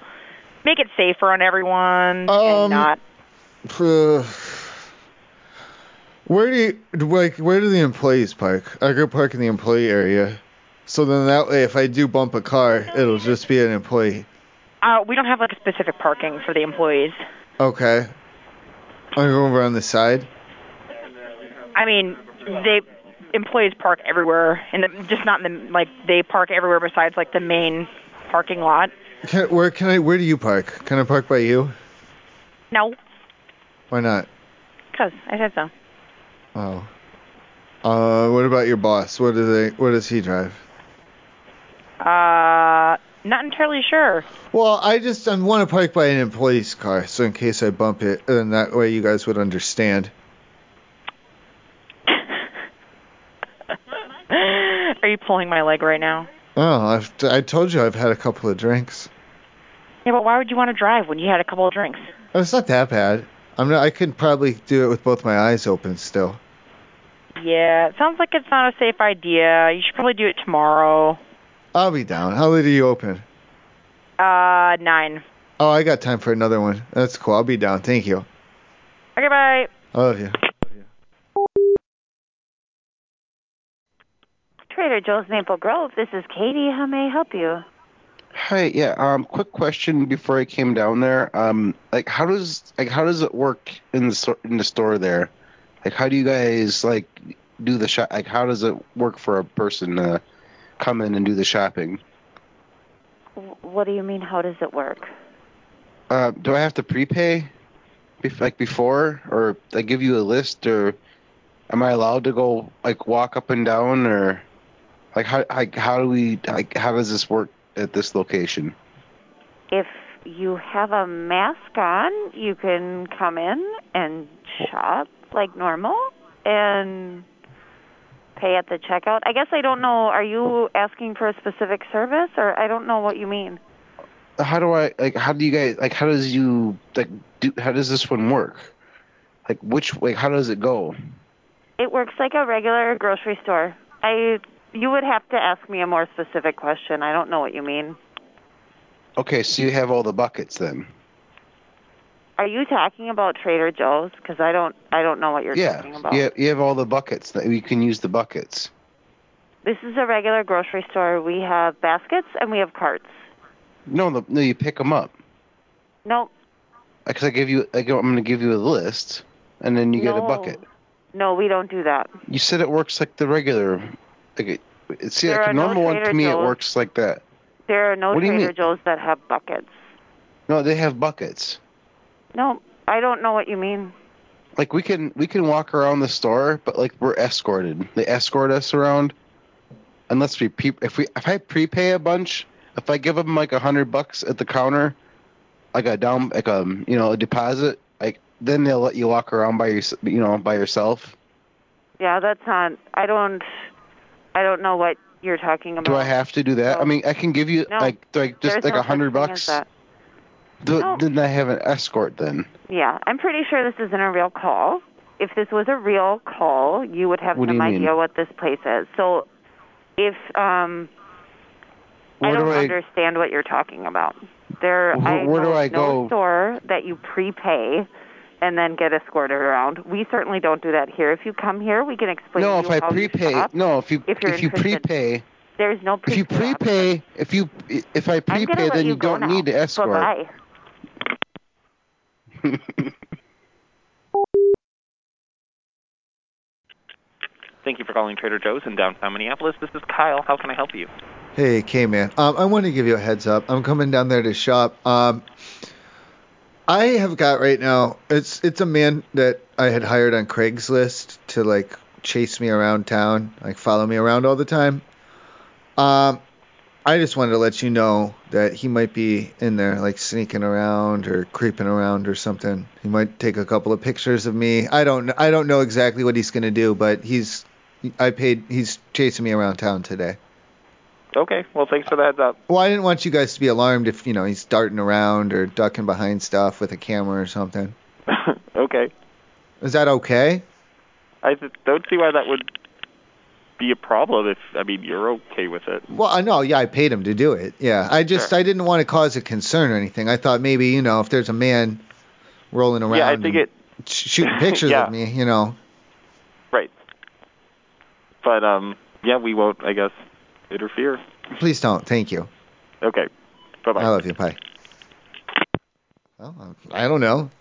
make it safer on everyone
Um,
and not
Uh, Where do you like? Where do the employees park? I go park in the employee area. So then that way, if I do bump a car, it'll just be an employee.
uh we don't have like a specific parking for the employees.
Okay. I go over on the side.
I mean, they employees park everywhere and just not in the like they park everywhere besides like the main parking lot.
Can, where can I? Where do you park? Can I park by you?
No,
Why not?
cuz I said so.
Oh. Uh, what about your boss? What do they? What does he drive?
Uh not entirely sure.
Well, I just I want to park by an employee's car, so in case I bump it, and that way you guys would understand.
Are you pulling my leg right now?
Oh, I've, I told you I've had a couple of drinks.
Yeah, but why would you want to drive when you had a couple of drinks?
Oh, It's not that bad. I'm not. I could probably do it with both my eyes open still.
Yeah, it sounds like it's not a safe idea. You should probably do it tomorrow.
I'll be down. How late are you open?
Uh, nine.
Oh, I got time for another one. That's cool. I'll be down. Thank you.
Okay, bye.
I love you.
Trader Joe's Maple Grove. This is Katie. How may I help you?
Hi, yeah. Um, quick question before I came down there. Um, like how does like how does it work in the store in the store there? Like, how do you guys like do the shop? Like, how does it work for a person to come in and do the shopping?
Wh- What do you mean? How does it work?
Uh, do I have to prepay, Bef- like before, or I give you a list, or am I allowed to go like walk up and down, or like how like how do we like how does this work at this location?
If you have a mask on, you can come in and shop like normal and pay at the checkout. I guess I don't know. Are you asking for a specific service, or I don't know what you mean?
How do I like how do you guys like how does you like do how does this one work? Like which like how does it go?
It works like a regular grocery store. I you would have to ask me a more specific question. I don't know what you mean.
Okay, so you have all the buckets then.
Are you talking about Trader Joe's? Because I don't I don't know what you're
yeah,
talking about.
yeah, you have all the buckets that you can use the buckets.
This is a regular grocery store. We have baskets and we have carts.
No, the, no, you pick them up.
No,
Because I give you, I go, I'm going to give you a list, and then you get a
No.
bucket.
no, we don't do that.
You said it works like the regular, like it, it- see,
There
like
are
a
no
normal one to
Trader
me, it
Joe's.
works like that.
There are no
What do you
Trader
mean?
Joe's that have buckets.
No, they have buckets.
No, I don't know what you mean.
Like we can, we can walk around the store, but like we're escorted. They escort us around, unless we, pre- if we, if I prepay a bunch, if I give them like a hundred bucks at the counter, like a down, like a, you know, a deposit, like then they'll let you walk around by your, you know, by yourself.
Yeah, that's not. I don't. I don't know what you're talking about.
Do I have to do that? I mean, I can give you
No.
like like just
There's
like
no
a
such
hundred
thing as
bucks.
that.
Do,
No.
Then I have an escort then.
Yeah, I'm pretty sure this isn't a real call. If this was a real call, you would have
What do
some
you mean?
idea what this place is. So, if um, I
Where
don't
do I-
understand what you're talking about. There,
Wh-
I
where do
know
I
of
go?
No store that you prepay and then get escorted around. We certainly don't do that here. If you come here, we can explain.
no,
to
if
you
I
how you
prepay,
shop.
no, if you
if you're
you
interested.
prepay,
There's no
if you
prepay.
prepay, if you if I
I'm gonna
prepay,
let
then
you,
you don't
go
need
now.
to escort.
Bye.
Thank you for calling Trader Joe's in downtown Minneapolis. This is Kyle. How can I help you?
Hey, K man. Um, I want to give you a heads up. I'm coming down there to shop. Um, I have got right now. It's it's a man that I had hired on Craigslist to like chase me around town, like follow me around all the time. Um, I just wanted to let you know that he might be in there, like sneaking around or creeping around or something. He might take a couple of pictures of me. I don't I don't know exactly what he's gonna do, but he's I paid. He's chasing me around town today.
Okay. Well, thanks for the heads up.
Well, I didn't want you guys to be alarmed if you know he's darting around or ducking behind stuff with a camera or something.
uh, Okay.
Is that okay?
I th- don't see why that would be a problem if I mean you're okay with it.
Well, I know, yeah, I paid him to do it. Yeah, I just I didn't want to cause a concern or anything. I thought maybe you know if there's a man rolling around,
Yeah, I think
and
it.
sh- shooting pictures
Yeah.
of me, you know.
Right. But um, yeah, we won't. I guess interfere.
Please don't. Thank you.
Okay. Bye bye.
I love you. Bye. Well, I don't know.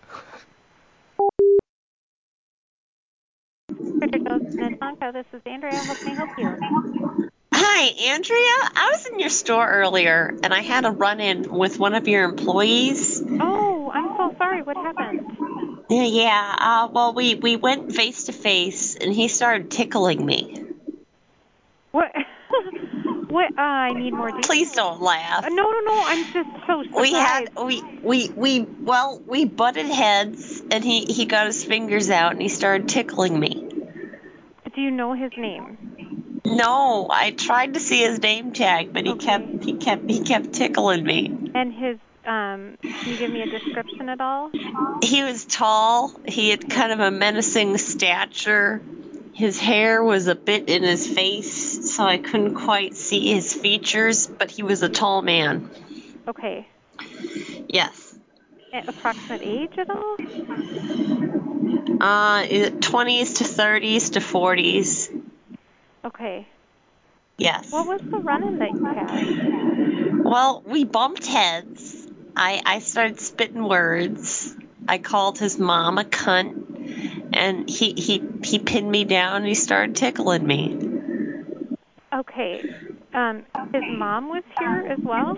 This is Andrea. How can I help you?
Hi, Andrea. I was in your store earlier and I had a run in with one of your employees.
Oh, I'm so sorry. What happened?
Yeah, yeah. Uh, well, we, we went face to face and he started tickling me.
What? what? Uh, I need more details.
Please don't laugh.
Uh, no, no, no. I'm just so surprised.
We had we we we well we butted heads and he he got his fingers out and he started tickling me.
Do you know his name?
No, I tried to see his name tag, but he kept he kept he kept tickling me.
And his? Um, can you give me a description at all?
He was tall. He had kind of a menacing stature. His hair was a bit in his face, so I couldn't quite see his features, but he was a tall man.
Okay.
Yes.
A- approximate age at all?
Uh, is it 20s to 30s to 40s.
Okay.
Yes.
What was the run-in that you had?
Well, we bumped heads. I, I started spitting words. I called his mom a cunt. and he he he pinned me down and he started tickling me.
Okay. Um, his mom was here as well.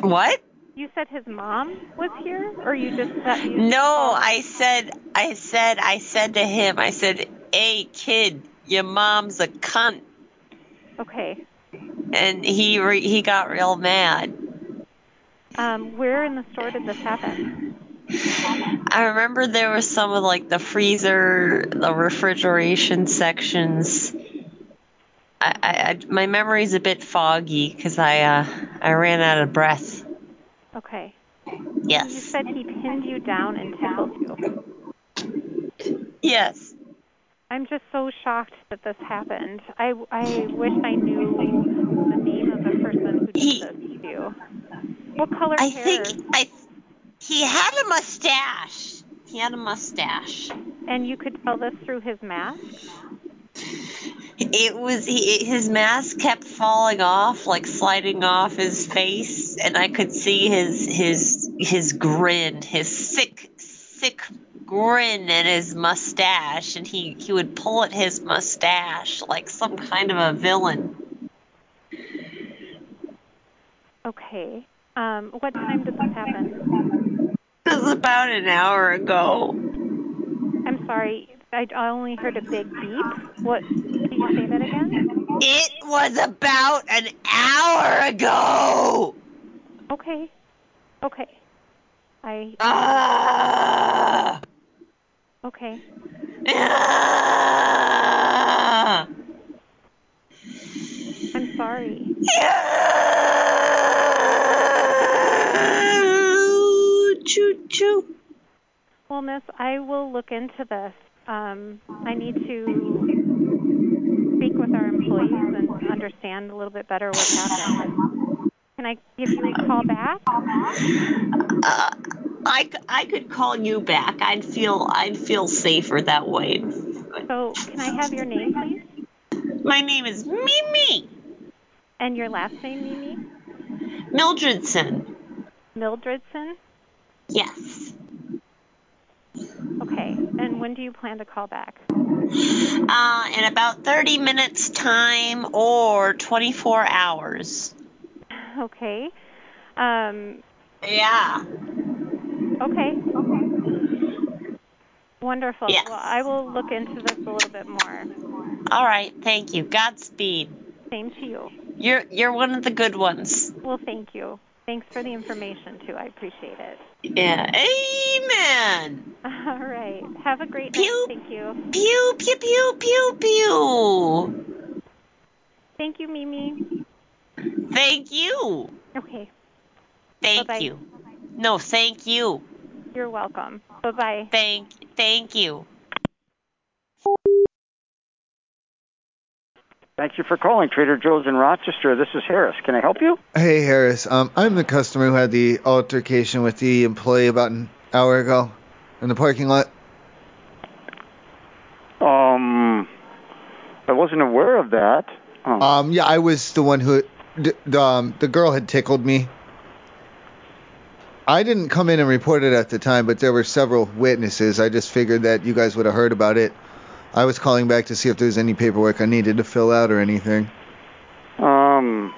What?
You said his mom was here, or you just said you
No, I said I said I said to him, I said, "Hey kid, your mom's a cunt."
Okay.
And he re- he got real mad.
Um, where in the store did this happen?
I remember there was some of like the freezer, the refrigeration sections. I, I, I my memory's a bit foggy because I uh, I ran out of breath.
Okay.
Yes.
You said he pinned you down and tickled you.
Yes.
I'm just so shocked that this happened. I I wish I knew the name of the person who did this to you. What color
I
hair?
think I he had a mustache. He had a mustache.
And you could tell this through his mask.
It was he, his mask kept falling off, like sliding off his face, and I could see his his his grin, his sick sick grin, and his mustache, and he he would pull at his mustache like some kind of a villain.
Okay. Um, what time did this happen?
It was about an hour ago.
I'm sorry. I I only heard a big beep. What? Can you say that again?
It was about an hour ago.
Okay. Okay. I. Okay.
Ah.
I'm sorry.
Choo choo.
Well, Miss, I will look into this. Um, I need to speak with our employees and understand a little bit better what happened. Can I give you a call back?
Uh, I, c- I could call you back. I'd feel I'd feel safer that way.
So, can I have your name, please?
My name is Mimi
And your last name, Mimi?
Mildredson.
Mildredson?
Yes.
Okay. And when do you plan to call back?
Uh, in about 30 minutes time or 24 hours.
Okay. Um,
Yeah.
okay. Wonderful.
Yes.
Well, I will look into this a little bit more.
All right. Thank you. Godspeed.
Same to you.
You're you're one of the good ones.
Well, thank you. Thanks for the information, too. I appreciate it.
Yeah. Amen.
All right. Have a great night. Thank you.
Pew pew pew pew pew.
Thank you, Mimi.
Thank you.
Okay.
Thank
Bye-bye.
you. No, thank you.
You're welcome. Bye bye.
Thank thank you.
Thank you for calling Trader Joe's in Rochester. This is Harris. Can I help you?
Hey Harris, um, I'm the customer who had the altercation with the employee about an hour ago in the parking lot.
Um, I wasn't aware of that.
Um, yeah, I was the one who, d- the, um, the girl had tickled me. I didn't come in and report it at the time, but there were several witnesses. I just figured that you guys would have heard about it. I was calling back to see if there was any paperwork I needed to fill out or anything.
Um,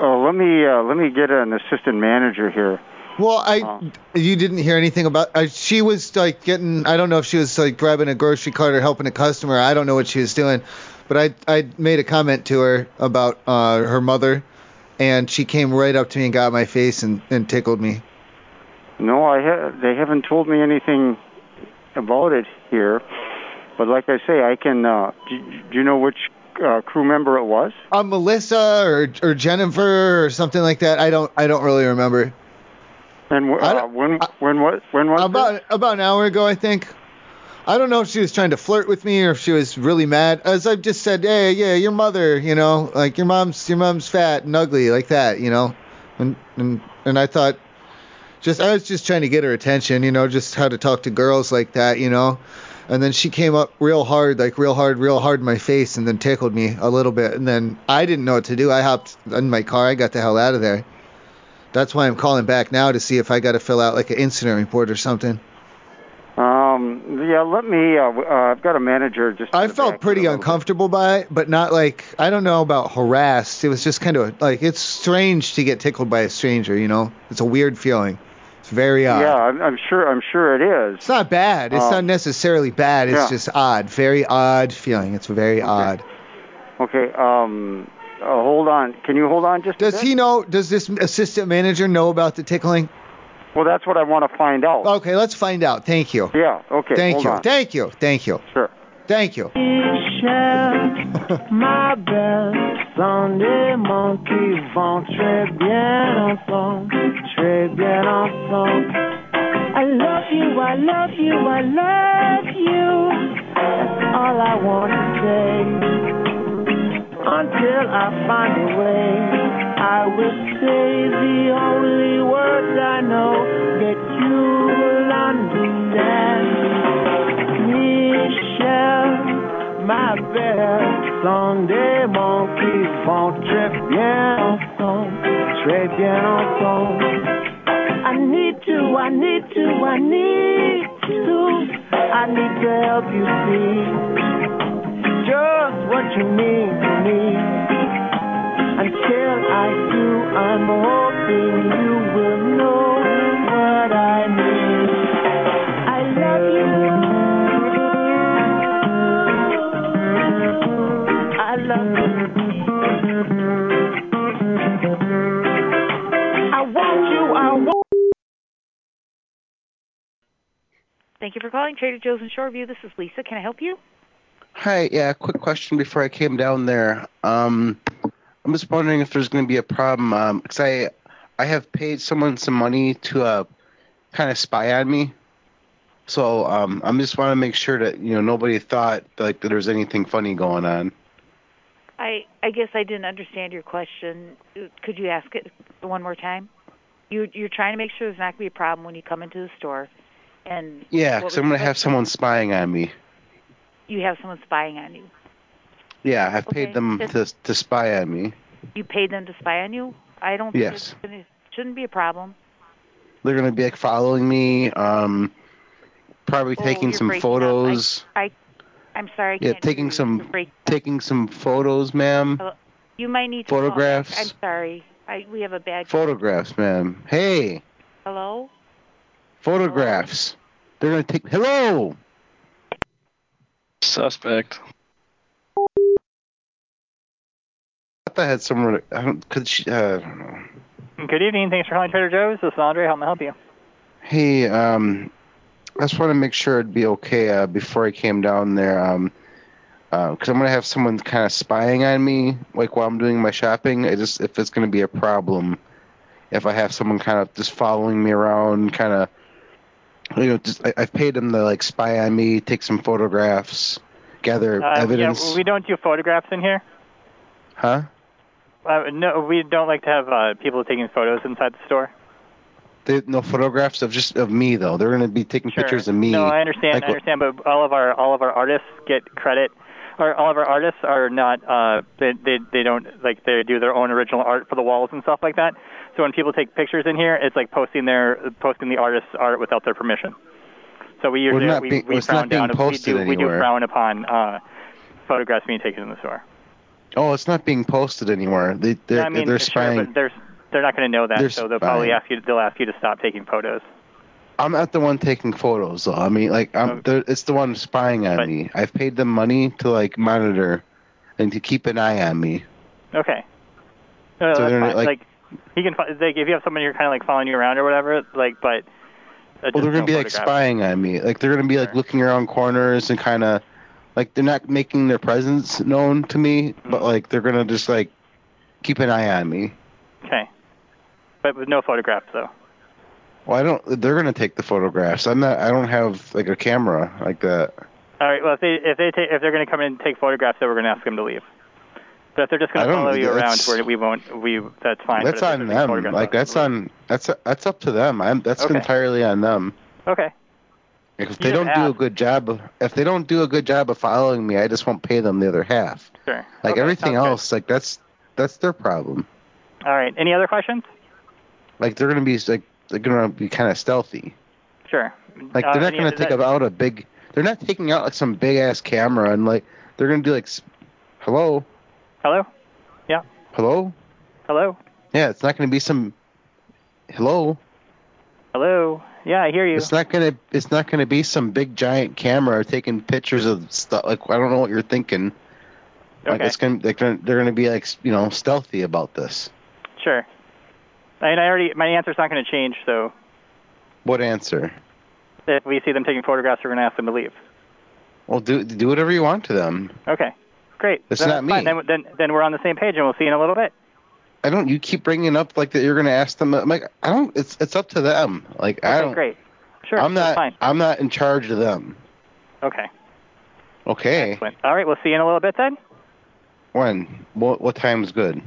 oh, let me uh, let me get an assistant manager here.
Well, I you didn't hear anything about. Uh, she was like getting. I don't know if she was like grabbing a grocery cart or helping a customer. I don't know what she was doing, but I I made a comment to her about uh, her mother, and she came right up to me and got in my face and, and tickled me.
No, I ha- they haven't told me anything about it here. But like I say, I can. Uh, do, do you know which uh, crew member it was?
Uh, Melissa or or Jennifer or something like that. I don't I don't really remember.
And wh- uh, when when was when was
about about an hour ago I think. I don't know if she was trying to flirt with me or if she was really mad. As I've just said, hey, yeah, your mother, you know, like your mom's your mom's fat and ugly like that, you know, and and and I thought. Just I was just trying to get her attention, you know, just how to talk to girls like that, you know. And then she came up real hard, like real hard, real hard in my face, and then tickled me a little bit. And then I didn't know what to do. I hopped in my car. I got the hell out of there. That's why I'm calling back now to see if I got to fill out like an incident report or something.
Um, yeah, let me. Uh, w- uh, I've got a manager just.
I felt pretty uncomfortable by it, but not like I don't know about harassed. It was just kind of like it's strange to get tickled by a stranger. You know, it's a weird feeling. It's very odd.
Yeah, I'm, I'm sure. I'm sure it is. Um,
It's not bad. It's not necessarily bad. It's
yeah.
just odd. Very odd feeling. It's very odd.
Okay. Um. Uh, hold on. Can you hold on just?
Does he know? Does this assistant manager know about the tickling?
Well, that's what I want to find out.
Okay, let's find out. Thank you.
Yeah. Okay.
Thank
hold
you.
on.
Thank you. Thank you.
Sure.
Thank you.
ma belle, sont des mots qui vont très bien ensemble, très bien ensemble. I love you, I love you, I love you. That's all I want to say. Until I find a way, I will say the only words I know that you will understand. Michelle. ma belle, sont des mots qui vont très bien ensemble, très bien ensemble. I need to, I need to, I need to, I need to help you see just what you mean to me. Until I do, I'm hoping you will know what I mean. I love you. I love you. I want you, I want
Thank you for calling Trader Joe's in Shoreview. This is Lisa. Can I help you?
Hi, yeah, quick question before I came down there. Um, I'm just wondering if there's going to be a problem um 'cause I I have paid someone some money to uh, kind of spy on me. So um, I'm just want to make sure that you know nobody thought like that there was anything funny going on.
I I guess I didn't understand your question. Could you ask it one more time? You you're trying to make sure there's not going to be a problem when you come into the store, and
Yeah,
what
because
was
I'm
the
going to have
question?
someone spying on me.
You have someone spying on you.
Yeah, I've
Okay,
paid them to
just-
to spy on me.
You paid them to spy on you. I don't. think
Yes.
it's gonna- Shouldn't be a problem.
They're going to be like following me. Um, probably
Oh,
taking
you're
some
breaking up. I-
photos.
I I'm sorry. I
Yeah,
can't
taking some
break-
taking some photos, ma'am.
Hello? You might need to call back.
Photographs.
I'm sorry. I we have a bad
Photographs, ma'am. Hey,
Hello?
photographs. They're gonna take. Hello.
Suspect.
I thought I had somewhere. To, I don't. Could she? Uh, I don't know.
Good evening. Thanks for calling Trader Joe's. This is Andre. How may I help you?
Hey, um, I just want to make sure it'd be okay uh, before I came down there. Um, uhbecause I'm gonna have someone kind of spying on me, like while I'm doing my shopping. I just if it's gonna be a problem, if I have someone kind of just following me around, kind of, you know, just I, I've paid them to like spy on me, take some photographs, gather
Uh,
evidence,
Yeah, we don't do photographs in here.
huh?
Uh, no, we don't like to have uh, people taking photos inside the store.
They, no photographs of just of me though. They're gonna be taking pictures of me.
No, I understand.
Like,
I understand, but all of our all of our artists get credit, or all of our artists are not. Uh, they they they don't like they do their own original art for the walls and stuff like that. So when people take pictures in here, it's like posting their posting the artist's art without their permission. So we
Well,
usually
not
we,
being-
we
it's
frown
not
down.
being
we
posted
do we do
anywhere.
frown upon uh, photographs being taken in the store.
Oh, it's not being posted anywhere. They they're,
I mean,
they're
sure,
spying.
but they're they're not going to know that,
They're
so they'll probably
spying.
ask you. They'll ask you to stop taking photos.
I'm not the one taking photos though. I mean, like I'm the it's the one spying on me. I've paid them money to like monitor and to keep an eye on me.
Okay. No, no,
So
that's
they're not,
fine.
like-
like, he can fi- like if you have somebody who's kind of like following you around or whatever, like but. uh,
Well,
just
they're
no
gonna be like
photographs.
spying on me. Like they're gonna be like looking around corners and kind of like they're not making their presence known to me, but
Mm-hmm.
like they're gonna just like keep an eye on me.
Okay. But with no photographs though.
Well, I don't. They're gonna take the photographs. I'm not. I don't have like a camera like that.
All right. Well, if they if they take, if they're going to come in and take photographs, then we're going to ask them to leave. But if they're just going
I
to
don't-
follow you around,
that's-
we're, we won't. We that's fine.
that's
but if they're taking
on them.
photographs,
Like that's on. That's that's up to them. I'm, that's
Okay.
entirely on them.
Okay.
If
You
they
just
don't do a good job, of, if they don't do a good job of following me, I just won't pay them the other half.
Sure.
Like
Okay,
everything
sounds good.
else, like that's that's their problem.
All right. Any other questions?
Like they're gonna be like they're gonna be kind of stealthy.
Sure.
Like
Uh,
they're not
any
gonna
other-
take out a big. They're not taking out like some big ass camera and like they're gonna do like, s- hello,
Hello? Yeah.
hello.
Hello?
Yeah, it's not gonna be some. Hello.
Hello? Yeah, I hear you.
It's not gonna. It's not gonna be some big giant camera taking pictures of stuff. Like I don't know what you're thinking. Like
Okay.
it's gonna. They're gonna, they're gonna be like you know stealthy about this.
Sure. I mean, I already my answer's not going to change. So
What answer?
if we see them taking photographs, we're going to ask them to leave.
Well, do do whatever you want to them.
Okay. Great.
It's
Then
not me.
Fine. Then, then then we're on the same page, and we'll see you in a little bit.
I don't. You keep bringing up like that. You're gonna ask them. I'm like I don't. It's it's up to them. Like I
Okay.
don't.
Great. Sure.
I'm
that's
not.
Fine.
I'm not in charge of them.
Okay.
Okay.
Excellent. All right. We'll see you in a little bit then.
When? What what time's good?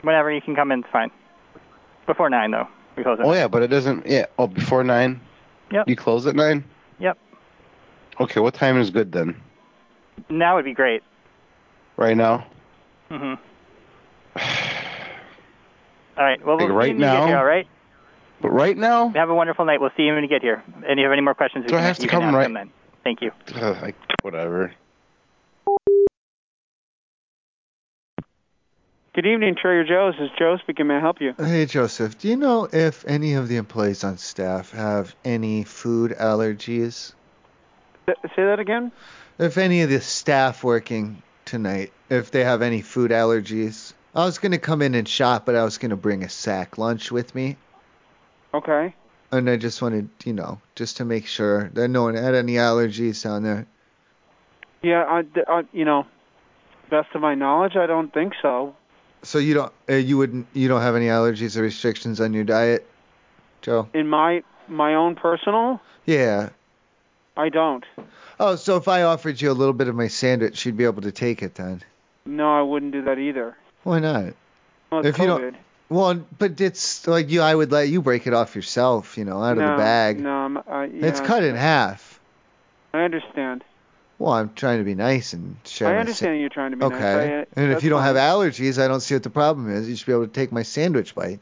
Whenever you can come in, it's fine. Before nine though. We close it.
Oh yeah, but it doesn't. Yeah. Oh, before nine.
Yep.
You close at nine.
Yep.
Okay. What time is good then?
Now would be great.
Right now.
Mhm. All right. Well, we'll
Like
see
right
you when you get here.
now?
All right.
But right now.
Have a wonderful night. We'll see you when you get here. And if you have any more questions, we
Do I
can,
have to
you can
come
ask
right-
them then. Thank you.
Ugh, like whatever.
Good evening, Trader Joe's. This is Joe speaking. May I help you?
Hey Joseph, do you know if any of the employees on staff have any food allergies?
Th- say that again.
If any of the staff working tonight, if they have any food allergies? I was gonna come in and shop, but I was gonna bring a sack lunch with me,
Okay.
and I just wanted, you know, just to make sure that no one had any allergies down there.
Yeah, I, th- I, you know, best of my knowledge, I don't think so.
So you don't, uh, you wouldn't, you don't have any allergies or restrictions on your diet, Joe?
In my my own personal,
Yeah.
I don't.
Oh, so if I offered you a little bit of my sandwich, you'd be able to take it then?
No, I wouldn't do that either.
Why not?
Well, it's
If you don't-
COVID.
Well, but it's like you, I would let you break it off yourself, you know, out
no,
of the bag.
No, I'm, I, yeah,
it's cut in half.
I understand.
Well, I'm trying to be nice and share.
I
my sa-
understand you're trying to be
okay.
nice. I, uh,
and if
that's
you don't
fine.
have allergies, I don't see what the problem is. You should be able to take my sandwich bite.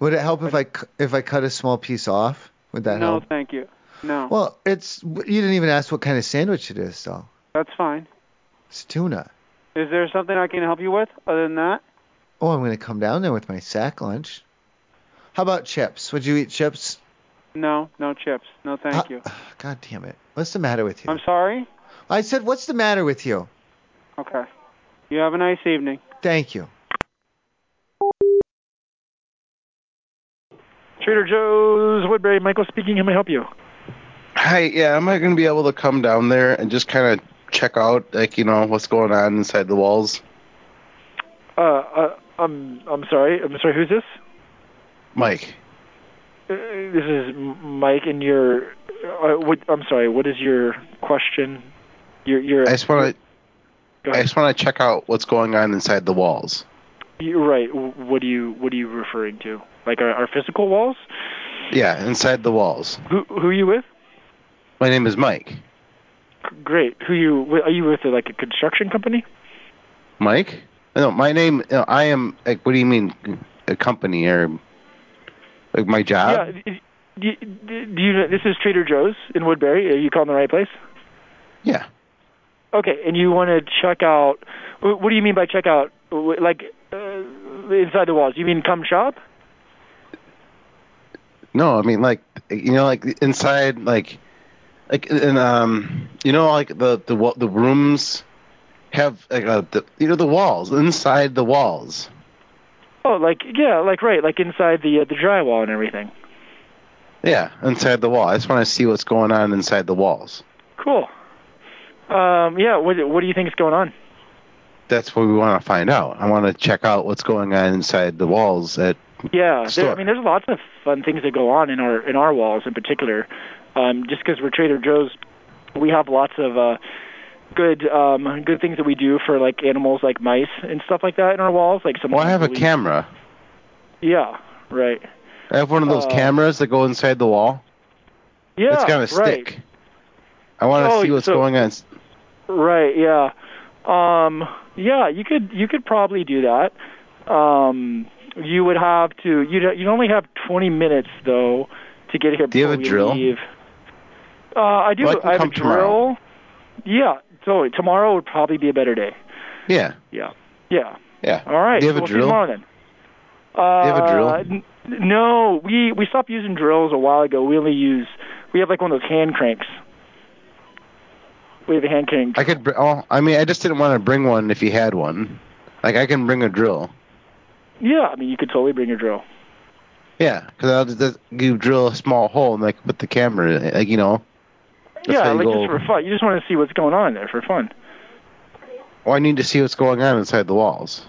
Would it help if I cu- if I cut a small piece off? Would that
no,
help?
thank you. No,
Well, it's you didn't even ask what kind of sandwich it is, though.
that's fine.
It's tuna.
Is there something I can help you with other than that?
Oh, I'm gonna come down there with my sack lunch. How about chips? Would you eat chips?
No, no chips. No, thank
Ah,
you.
God damn it! What's the matter with you?
I'm sorry.
I said, what's the matter with you?
Okay. You have a nice evening.
Thank you.
Trader Joe's, Woodbury, Michael speaking. How may I help you?
Hi. Yeah. Am I gonna be able to come down there and just kind of check out like you know what's going on inside the walls?
Uh, uh, I'm I'm sorry. I'm sorry. Who's this?
Mike.
Uh, This is M- Mike, and your. Uh, what, I'm sorry. What is your question? Your your.
I just want to. I just want to check out what's going on inside the walls.
You're right. What do you What are you referring to? Like our, our physical walls?
Yeah, inside the walls.
Who Who are you with?
My name is Mike.
Great. Who you wi- are you with? uh, Like a construction company?
Mike? No, my name. No, I am. Like, what do you mean, a company or like my job?
yeah. d- d- d- Do you, this is Trader Joe's in Woodbury. Are you calling the right place?
Yeah.
Okay, and you want to check out? wh- What do you mean by check out? Wh- Like uh, inside the walls? You mean come shop?
No, I mean like you know like inside like like and um you know like the the wa- the rooms have like uh, the you know the walls inside the walls.
Oh, like yeah, like right, like inside the uh, the drywall and everything.
Yeah, inside the wall. I just want to see what's going on inside the walls.
Cool. Um, yeah. What what do you think is going on?
That's what we want to find out. I want to check out what's going on inside the walls at
Yeah, there,
Store.
I mean, there's lots of fun things that go on in our in our walls in particular. Um, just because we're Trader Joe's, we have lots of uh, good um, good things that we do for like animals like mice and stuff like that in our walls. Like some.
Well, Oh, I have a
we-
camera.
Yeah. Right.
I have one of those
Uh,
cameras that go inside the wall.
Yeah.
it's got a
right.
stick. I want to
Oh,
see what's
so-
going on.
Right. Yeah. Um. Yeah. You could. You could probably do that. Um. you would have to you'd you'd only have 20 minutes though to get here.
Do you have a
before we
drill?
Leave. Uh, I do.
Well, I can
have
come
a drill. Yeah, totally. Tomorrow would probably be a better day.
Yeah.
Yeah. Yeah.
Yeah.
All right.
Do you have
so
a
we'll see
drill?
tomorrow then.
Do you have a drill?
Uh, n- no, we we stopped using drills a while ago. We only use we have like one of those hand cranks. We have a hand crank.
I could. br- Oh, I mean, I just didn't want to bring one if you had one. Like I can bring a drill.
Yeah, I mean you could totally bring your drill.
Yeah, because I'll just, just- you drill a small hole and like put the camera, in it, like you know. That's
yeah,
how you
like
go-
just for fun. You just want to see what's going on there for fun.
Well, Oh, I need to see what's going on inside the walls.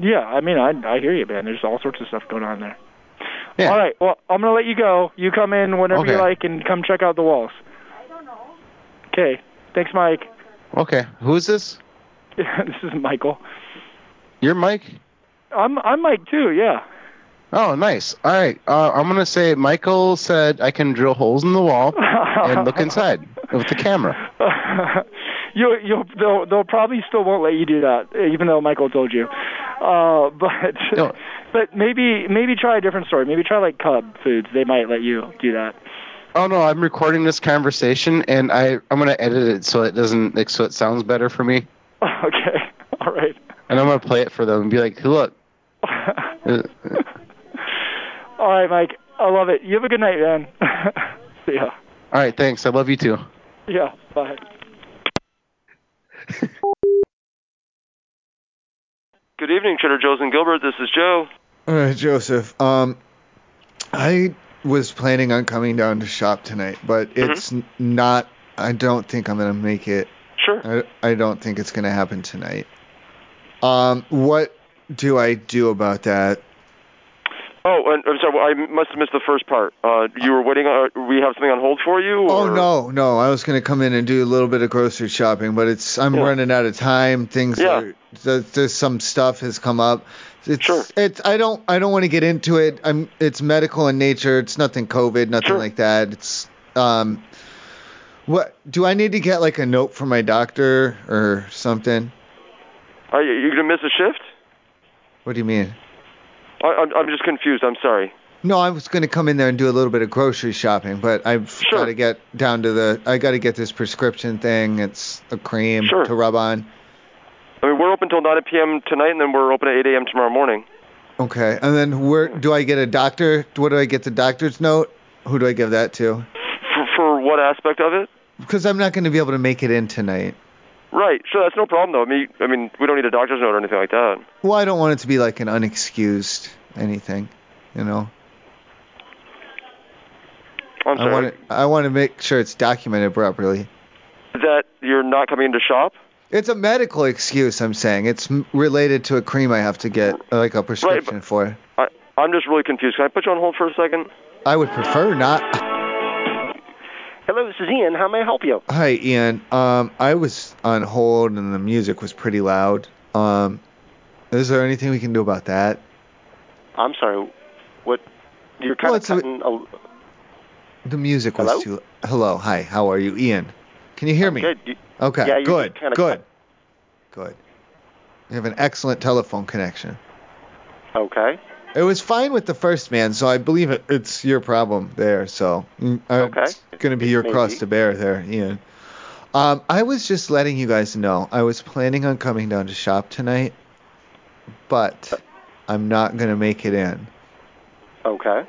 Yeah, I mean I I hear you, man. There's all sorts of stuff going on there. Yeah. All right. Well, I'm gonna let you go. You come in whenever you
Okay.
like and come check out the walls. I don't know. Okay. Thanks, Mike.
Okay, who's this?
this is Michael.
You're Mike.
I'm I'm Mike too. Yeah.
Oh, nice. All right, uh, I'm gonna say Michael said I can drill holes in the wall and look inside with the camera.
you you'll they'll, they'll probably still won't let you do that, even though Michael told you. Uh, but but maybe maybe try a different story. Maybe try like Cub Foods. They might let you do that.
Oh no, I'm recording this conversation and I I'm gonna edit it so it doesn't like so it sounds better for me.
okay. All right.
And I'm gonna play it for them and be like, look. Uh,
All right, Mike. I love it. You have a good night, man. See ya.
All right, thanks. I love you too.
Yeah. Bye.
Good evening, Trader Joe's and Gilbert. This is Joe.
All right, Joseph. Um, I was planning on coming down to shop tonight, but
Mm-hmm.
it's n not. I don't think I'm gonna make it.
Sure.
I, I don't think it's gonna happen tonight. Um, what do I do about that?
Oh, and, I'm sorry. Well, I must have missed the first part. Uh, you were waiting. On, we have something on hold for you.
Oh no, no! I was gonna come in and do a little bit of grocery shopping, but it's I'm running out of time. Things
Yeah.
are th- there's some stuff has come up. It's, sure. It's I don't I don't want to get into it. I'm it's medical in nature. It's nothing COVID, nothing like that. It's um, what do I need to get like a note from my doctor or something?
Are you, you gonna miss a shift?
What do you mean?
I, I'm, I'm just confused. I'm sorry.
No, I was gonna come in there and do a little bit of grocery shopping, but I've got to get down to the I got to get this prescription thing. It's a cream to rub on.
I mean, we're open till 9 p.m. tonight, and then we're open at 8 a.m. tomorrow morning.
Okay, and then where do I get a doctor? What do I get the doctor's note? Who do I give that to?
For, for what aspect of it?
Because I'm not going to be able to make it in tonight.
Right. Sure. That's no problem, though. I mean, I mean, we don't need a doctor's note or anything like that.
Well, I don't want it to be like an unexcused anything, you know.
I'm
I
sorry.
want to, I want to make sure it's documented properly.
That you're not coming into shop.
It's a medical excuse. I'm saying it's m- related to a cream I have to get, like a prescription for.
I, I'm just really confused. Can I put you on hold for a second?
I would prefer not.
Hello, this is Ian. How may I help you?
Hi, Ian. Um, I was on hold and the music was pretty loud. Um, is there anything we can do about that?
I'm sorry. What? You're kind of cutting. A,
The music was
Hello?
too. Hello, hi. How are you, Ian? Can you hear me?
good. You-
Okay,
Yeah, you
good,
just kinda
good, good. You have an excellent telephone connection.
Okay.
It was fine with the first man, so I believe it, it's your problem there. So mm, uh,
Okay.
it's going to be your
Maybe.
cross to bear there, Ian. Um, I was just letting you guys know I was planning on coming down to shop tonight,
Uh.
but I'm not going to make it in.
Okay.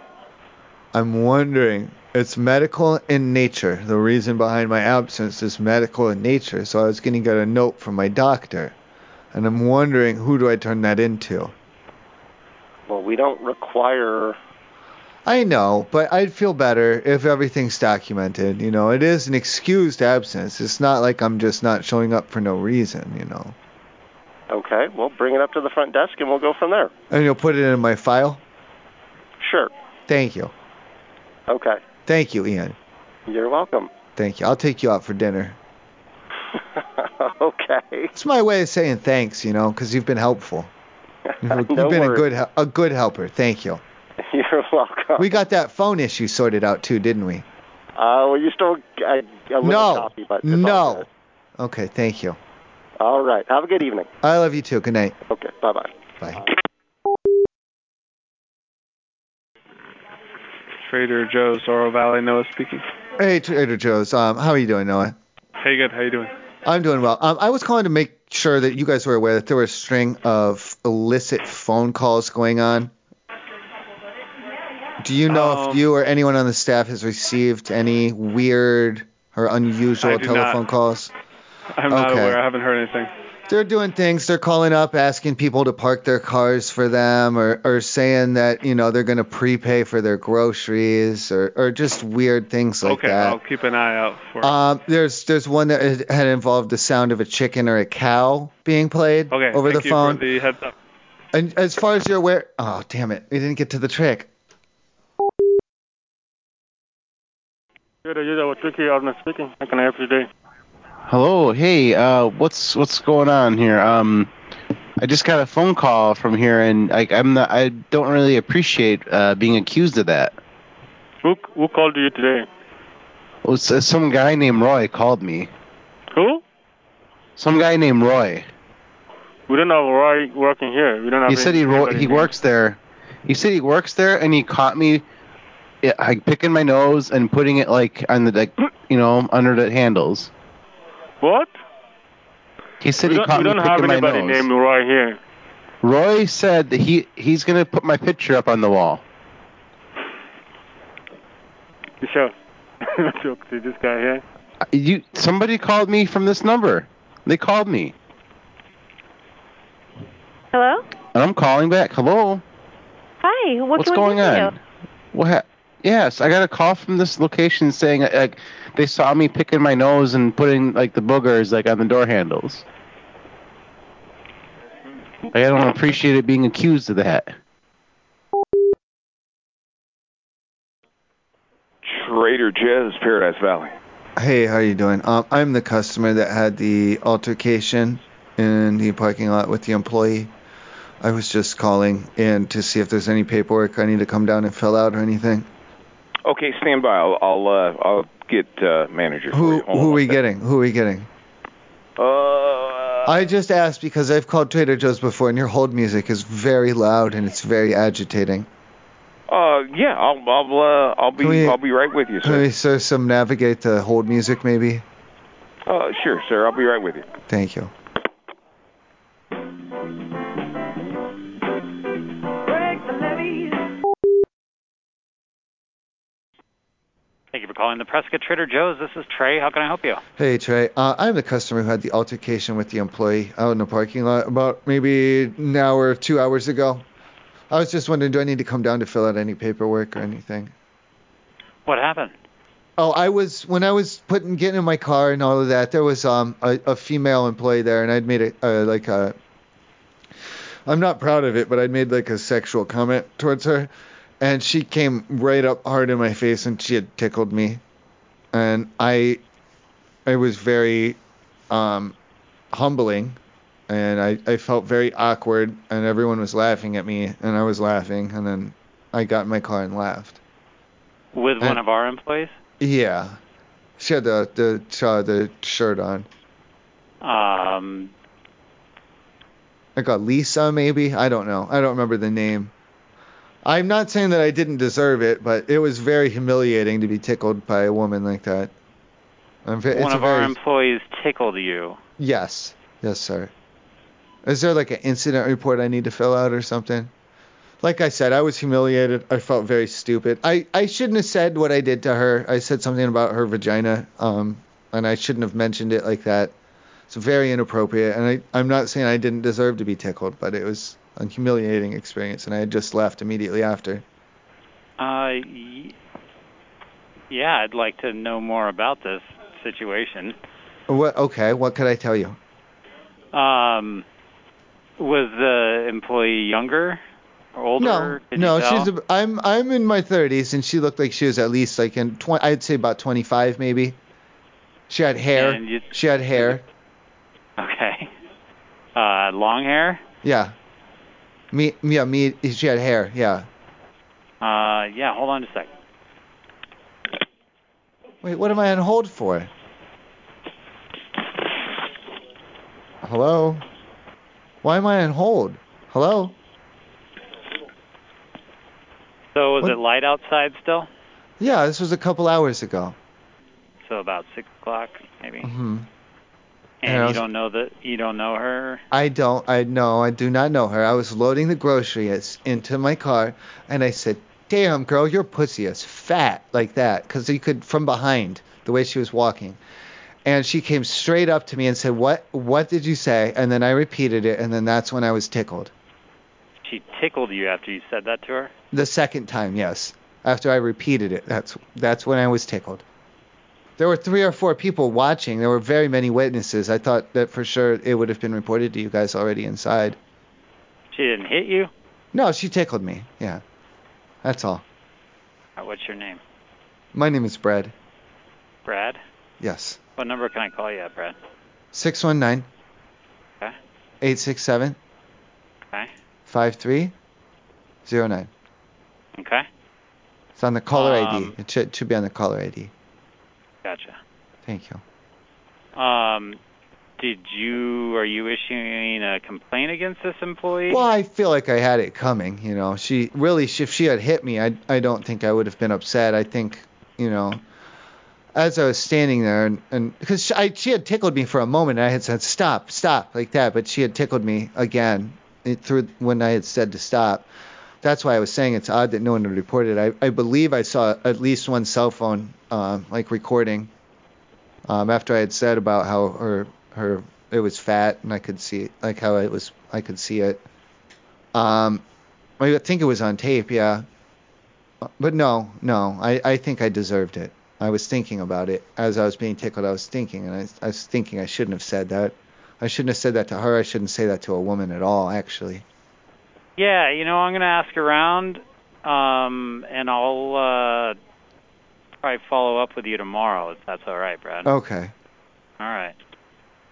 I'm wondering. It's medical in nature. The reason behind my absence is medical in nature. So I was going to get a note from my doctor, and I'm wondering who do I turn that into.
Well, we don't require.
I know, but I'd feel better if everything's documented. You know, it is an excused absence. It's not like I'm just not showing up for no reason. You know,
Okay. Well, bring it up to the front desk, and we'll go from there.
and you'll put it in my file.
Sure.
Thank you.
Okay.
Thank you, Ian.
You're welcome.
Thank you. I'll take you out for dinner.
okay.
It's my way of saying thanks, you know, because you've been helpful. You've, you've
No
been a
worries.
good hel- a good helper. Thank you.
You're welcome.
We got that phone issue sorted out too, didn't we?
Uh, well, you still a, a little
No.
choppy, but it's all
no.
good.
Okay, thank you.
All right. Have a good evening.
I love you too. Good night.
Okay. Bye bye.
Bye.
Trader Joe's, Oro Valley. Noah speaking.
Hey, Trader Joe's. Um, how are you doing, Noah?
Hey, good. How you doing?
I'm doing well. Um, I was calling to make sure that you guys were aware that there were a string of illicit phone calls going on. Do you know if
Um,
you or anyone on the staff has received any weird or
I
unusual
do
telephone
not.
calls?
I'm not
Okay.
aware. I haven't heard anything.
They're doing things. They're calling up, asking people to park their cars for them, or, or saying that you know they're going to prepay for their groceries, or, or just weird things like
okay,
that.
I'll keep an eye out for.
Um, there's there's one that had- had involved the sound of a chicken or a cow being played
okay,
over
thank
the
you
phone.
For the heads up.
And as far as you're aware, oh damn it, we didn't get to the trick.
Good, you know, Tricky Arden speaking. How can I help you today?
Hello, hey, uh, what's what's going on here? Um, I just got a phone call from here, and I, I'm not, I don't really appreciate uh, being accused of that.
Who who called you today?
It was, uh, some guy named Roy called me.
Who?
Some guy named Roy.
We don't have Roy working here. We don't have.
He said he ro-
anybody
he
here.
works there. He said he works there, and he caught me, yeah, like picking my nose and putting it like on the like, you know, under the handles.
What?
He said
we
he
don't,
caught
we
me
don't
picking
have
my
anybody
nose.
named Roy here.
Roy said that he he's gonna put my picture up on the wall.
You sure? Talk to this guy here.
Uh, You somebody called me from this number. They called me,
Hello?
and I'm calling back. Hello,
Hi. What
what's
can we
going
do for you?
on? What? Ha- yes, I got a call from this location saying uh, like they saw me picking my nose and putting like the boogers like on the door handles. Like, I don't appreciate it being accused of that.
Trader Joe's Paradise Valley.
Hey, how you doing? Um, I'm the customer that had the altercation in the parking lot with the employee. I was just calling in to see if there's any paperwork I need to come down and fill out or anything.
Okay, stand by. I'll I'll, uh, I'll get uh, manager.
Who who are we getting? Who are we getting?
Uh,
Uh,
I just asked because I've called Trader Joe's before, and your hold music is very loud and it's very agitating.
Uh, yeah, I'll I'll uh, I'll be
Can we-
I'll be right with you,
Can
sir.
we sir some navigate the hold music maybe?
Uh, sure, sir. I'll be right with you.
Thank you.
Thank you for calling the Prescott Trader Joe's. This is Trey. How can I help you?
Hey Trey, uh, I'm the customer who had the altercation with the employee out in the parking lot about maybe an hour, two hours ago. I was just wondering, do I need to come down to fill out any paperwork or anything?
What happened?
Oh, I was when I was putting getting in my car and all of that. There was um a, a female employee there, and I'd made a uh, like a. I'm not proud of it, but I'd made like a sexual comment towards her, and she came right up hard in my face, and she had tickled me, and I, I was very, um, humbling, and I I felt very awkward, and everyone was laughing at me, and I was laughing, and then I got in my car and left.
With
Uh,
one of our employees?
Yeah. She had the the uh, the shirt on.
Um,
I got Lisa maybe. I don't know. I don't remember the name. I'm not saying that I didn't deserve it, but it was very humiliating to be tickled by a woman like that. I'm ve-
one
it's a
of our
very
employees tickled you.
yes, yes sir. Is there like an incident report I need to fill out or something? Like I said, I was humiliated. I felt very stupid. I, I shouldn't have said what I did to her. I said something about her vagina, um, and I shouldn't have mentioned it like that. It's very inappropriate, and I, I'm not saying I didn't deserve to be tickled, but it was a humiliating experience, and I just left immediately after.
Uh, y- yeah, I'd like to know more about this situation.
What? Okay, what could I tell you?
Um, was the employee younger or older? Could you
no,
tell?
she's. A, I'm I'm in my 30s, and she looked like she was at least like in 20. I'd say about 25 maybe. She had hair.
And you-
she had hair.
Okay. Uh, long hair?
Yeah. Me. Yeah. Me. She had hair. Yeah.
Uh, yeah, hold on a sec.
Wait. What am I on hold for? Hello. Why am I on hold? Hello.
So, was
What-
it light outside still?
Yeah, this was a couple hours ago.
So about six o'clock maybe.
hmm
And
I
you
was-
don't know that you don't know her.
I don't. I no. I do not know her. I was loading the groceries into my car, and I said, "Damn, girl, your pussy is fat like that," because you could from behind the way she was walking. And she came straight up to me and said, "What? What did you say?" And then I repeated it, and then that's when I was tickled.
She tickled you after you said that to her.
The second time, yes. After I repeated it, that's that's when I was tickled. There were three or four people watching. There were very many witnesses. I thought that for sure it would have been reported to you guys already inside.
She didn't hit you.
No, she tickled me. Yeah. That's all.
Uh, What's your name?
My name is Brad.
Brad.
Yes.
What number can I call you at, Brad?
619
Okay.
867
Okay.
5309.
Okay.
It's on the caller
Um,
ID. It should, should be on the caller ID.
Gotcha.
Thank you.
Um, did you are you issuing a complaint against this employee?
Well, I feel like I had it coming. You know, she really, she- if she had hit me, I, I don't think I would have been upset. I think, you know, as I was standing there, and, and because she, I, she had tickled me for a moment, and I had said stop, stop, like that, but she had tickled me again it, through when I had said to stop. That's why I was saying it's odd that no one had reported. I, I believe I saw at least one cell phone, um, like recording, um, after I had said about how her her it was fat and I could see it, like how it was I could see it. Um, I think it was on tape, yeah. But no, no, I, I think I deserved it. I was thinking about it as I was being tickled. I was thinking, and I, I was thinking I shouldn't have said that. I shouldn't have said that to her. I shouldn't say that to a woman at all, actually.
Yeah, you know, I'm gonna ask around, um, and I'll uh, probably follow up with you tomorrow if that's all right, Brad.
Okay.
All right.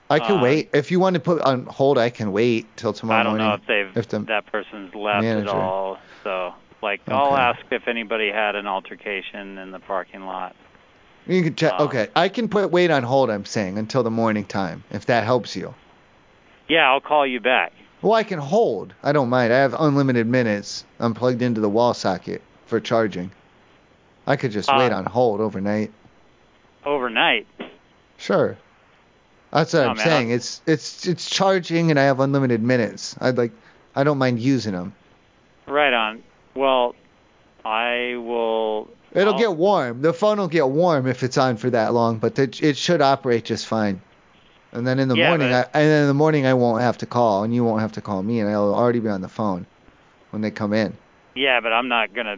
I can
Uh,
wait. If you want to put on hold, I can wait till tomorrow
I don't
morning.
know if they've
if the-
that person's left
manager-
at all. So, like, I'll
Okay.
ask if anybody had an altercation in the parking lot.
You can check. okay, I can put wait on hold. I'm saying until the morning time, if that helps you.
Yeah, I'll call you back.
Well, I can hold. I don't mind. I have unlimited minutes. I'm plugged into the wall socket for charging. I could just wait
Uh,
on hold overnight.
Overnight.
Sure. That's what
No,
I'm
man,
saying. It's it's it's charging, and I have unlimited minutes. I'd like. I don't mind using them.
Right on. Well, I will.
It'll
I'll-
get warm. The phone will get warm if it's on for that long, but it, it should operate just fine. And then in the
Yeah,
morning,
but-
I, and then in the morning I won't have to call, and you won't have to call me, and I'll already be on the phone when they come in.
Yeah, but I'm not gonna.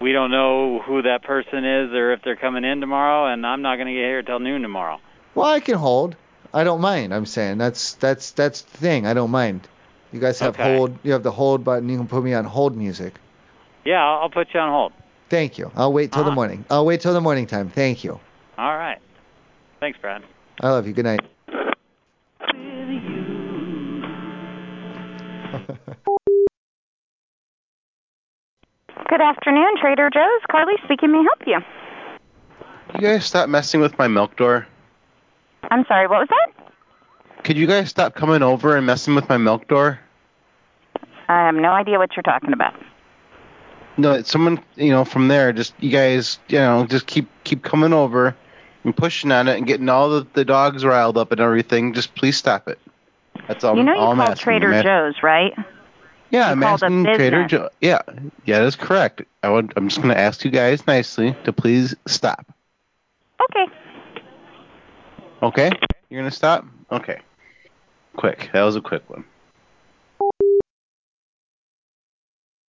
We don't know who that person is or if they're coming in tomorrow, and I'm not gonna get here till noon tomorrow.
Well, I can hold. I don't mind. I'm saying that's that's that's the thing. I don't mind. You guys have
Okay.
hold. You have the hold button. You can put me on hold music.
Yeah, I'll, I'll put you on hold.
Thank you. I'll wait till the
Uh-huh.
morning. I'll wait till the morning time. Thank you.
All right. Thanks, Brad.
I love you. Good night.
Good afternoon, Trader Joe's. Carly speaking. May I help you?
Could you guys stop messing with my milk door?
I'm sorry. What was that?
Could you guys stop coming over and messing with my milk door?
I have no idea what you're talking about.
No, someone you know from there. Just you guys, you know, just keep keep coming over and pushing on it and getting all the, the dogs riled up and everything. Just please stop it. That's all.
you know
um, all
you
I'm
called
asking,
Trader
man.
Joe's, right?
Yeah,
you
I'm
called a
asking Trader
business.
Joe. Yeah, yeah, that's correct. I would, I'm just gonna ask you guys nicely to please stop.
Okay.
Okay, you're gonna stop. Okay, quick. That was a quick one.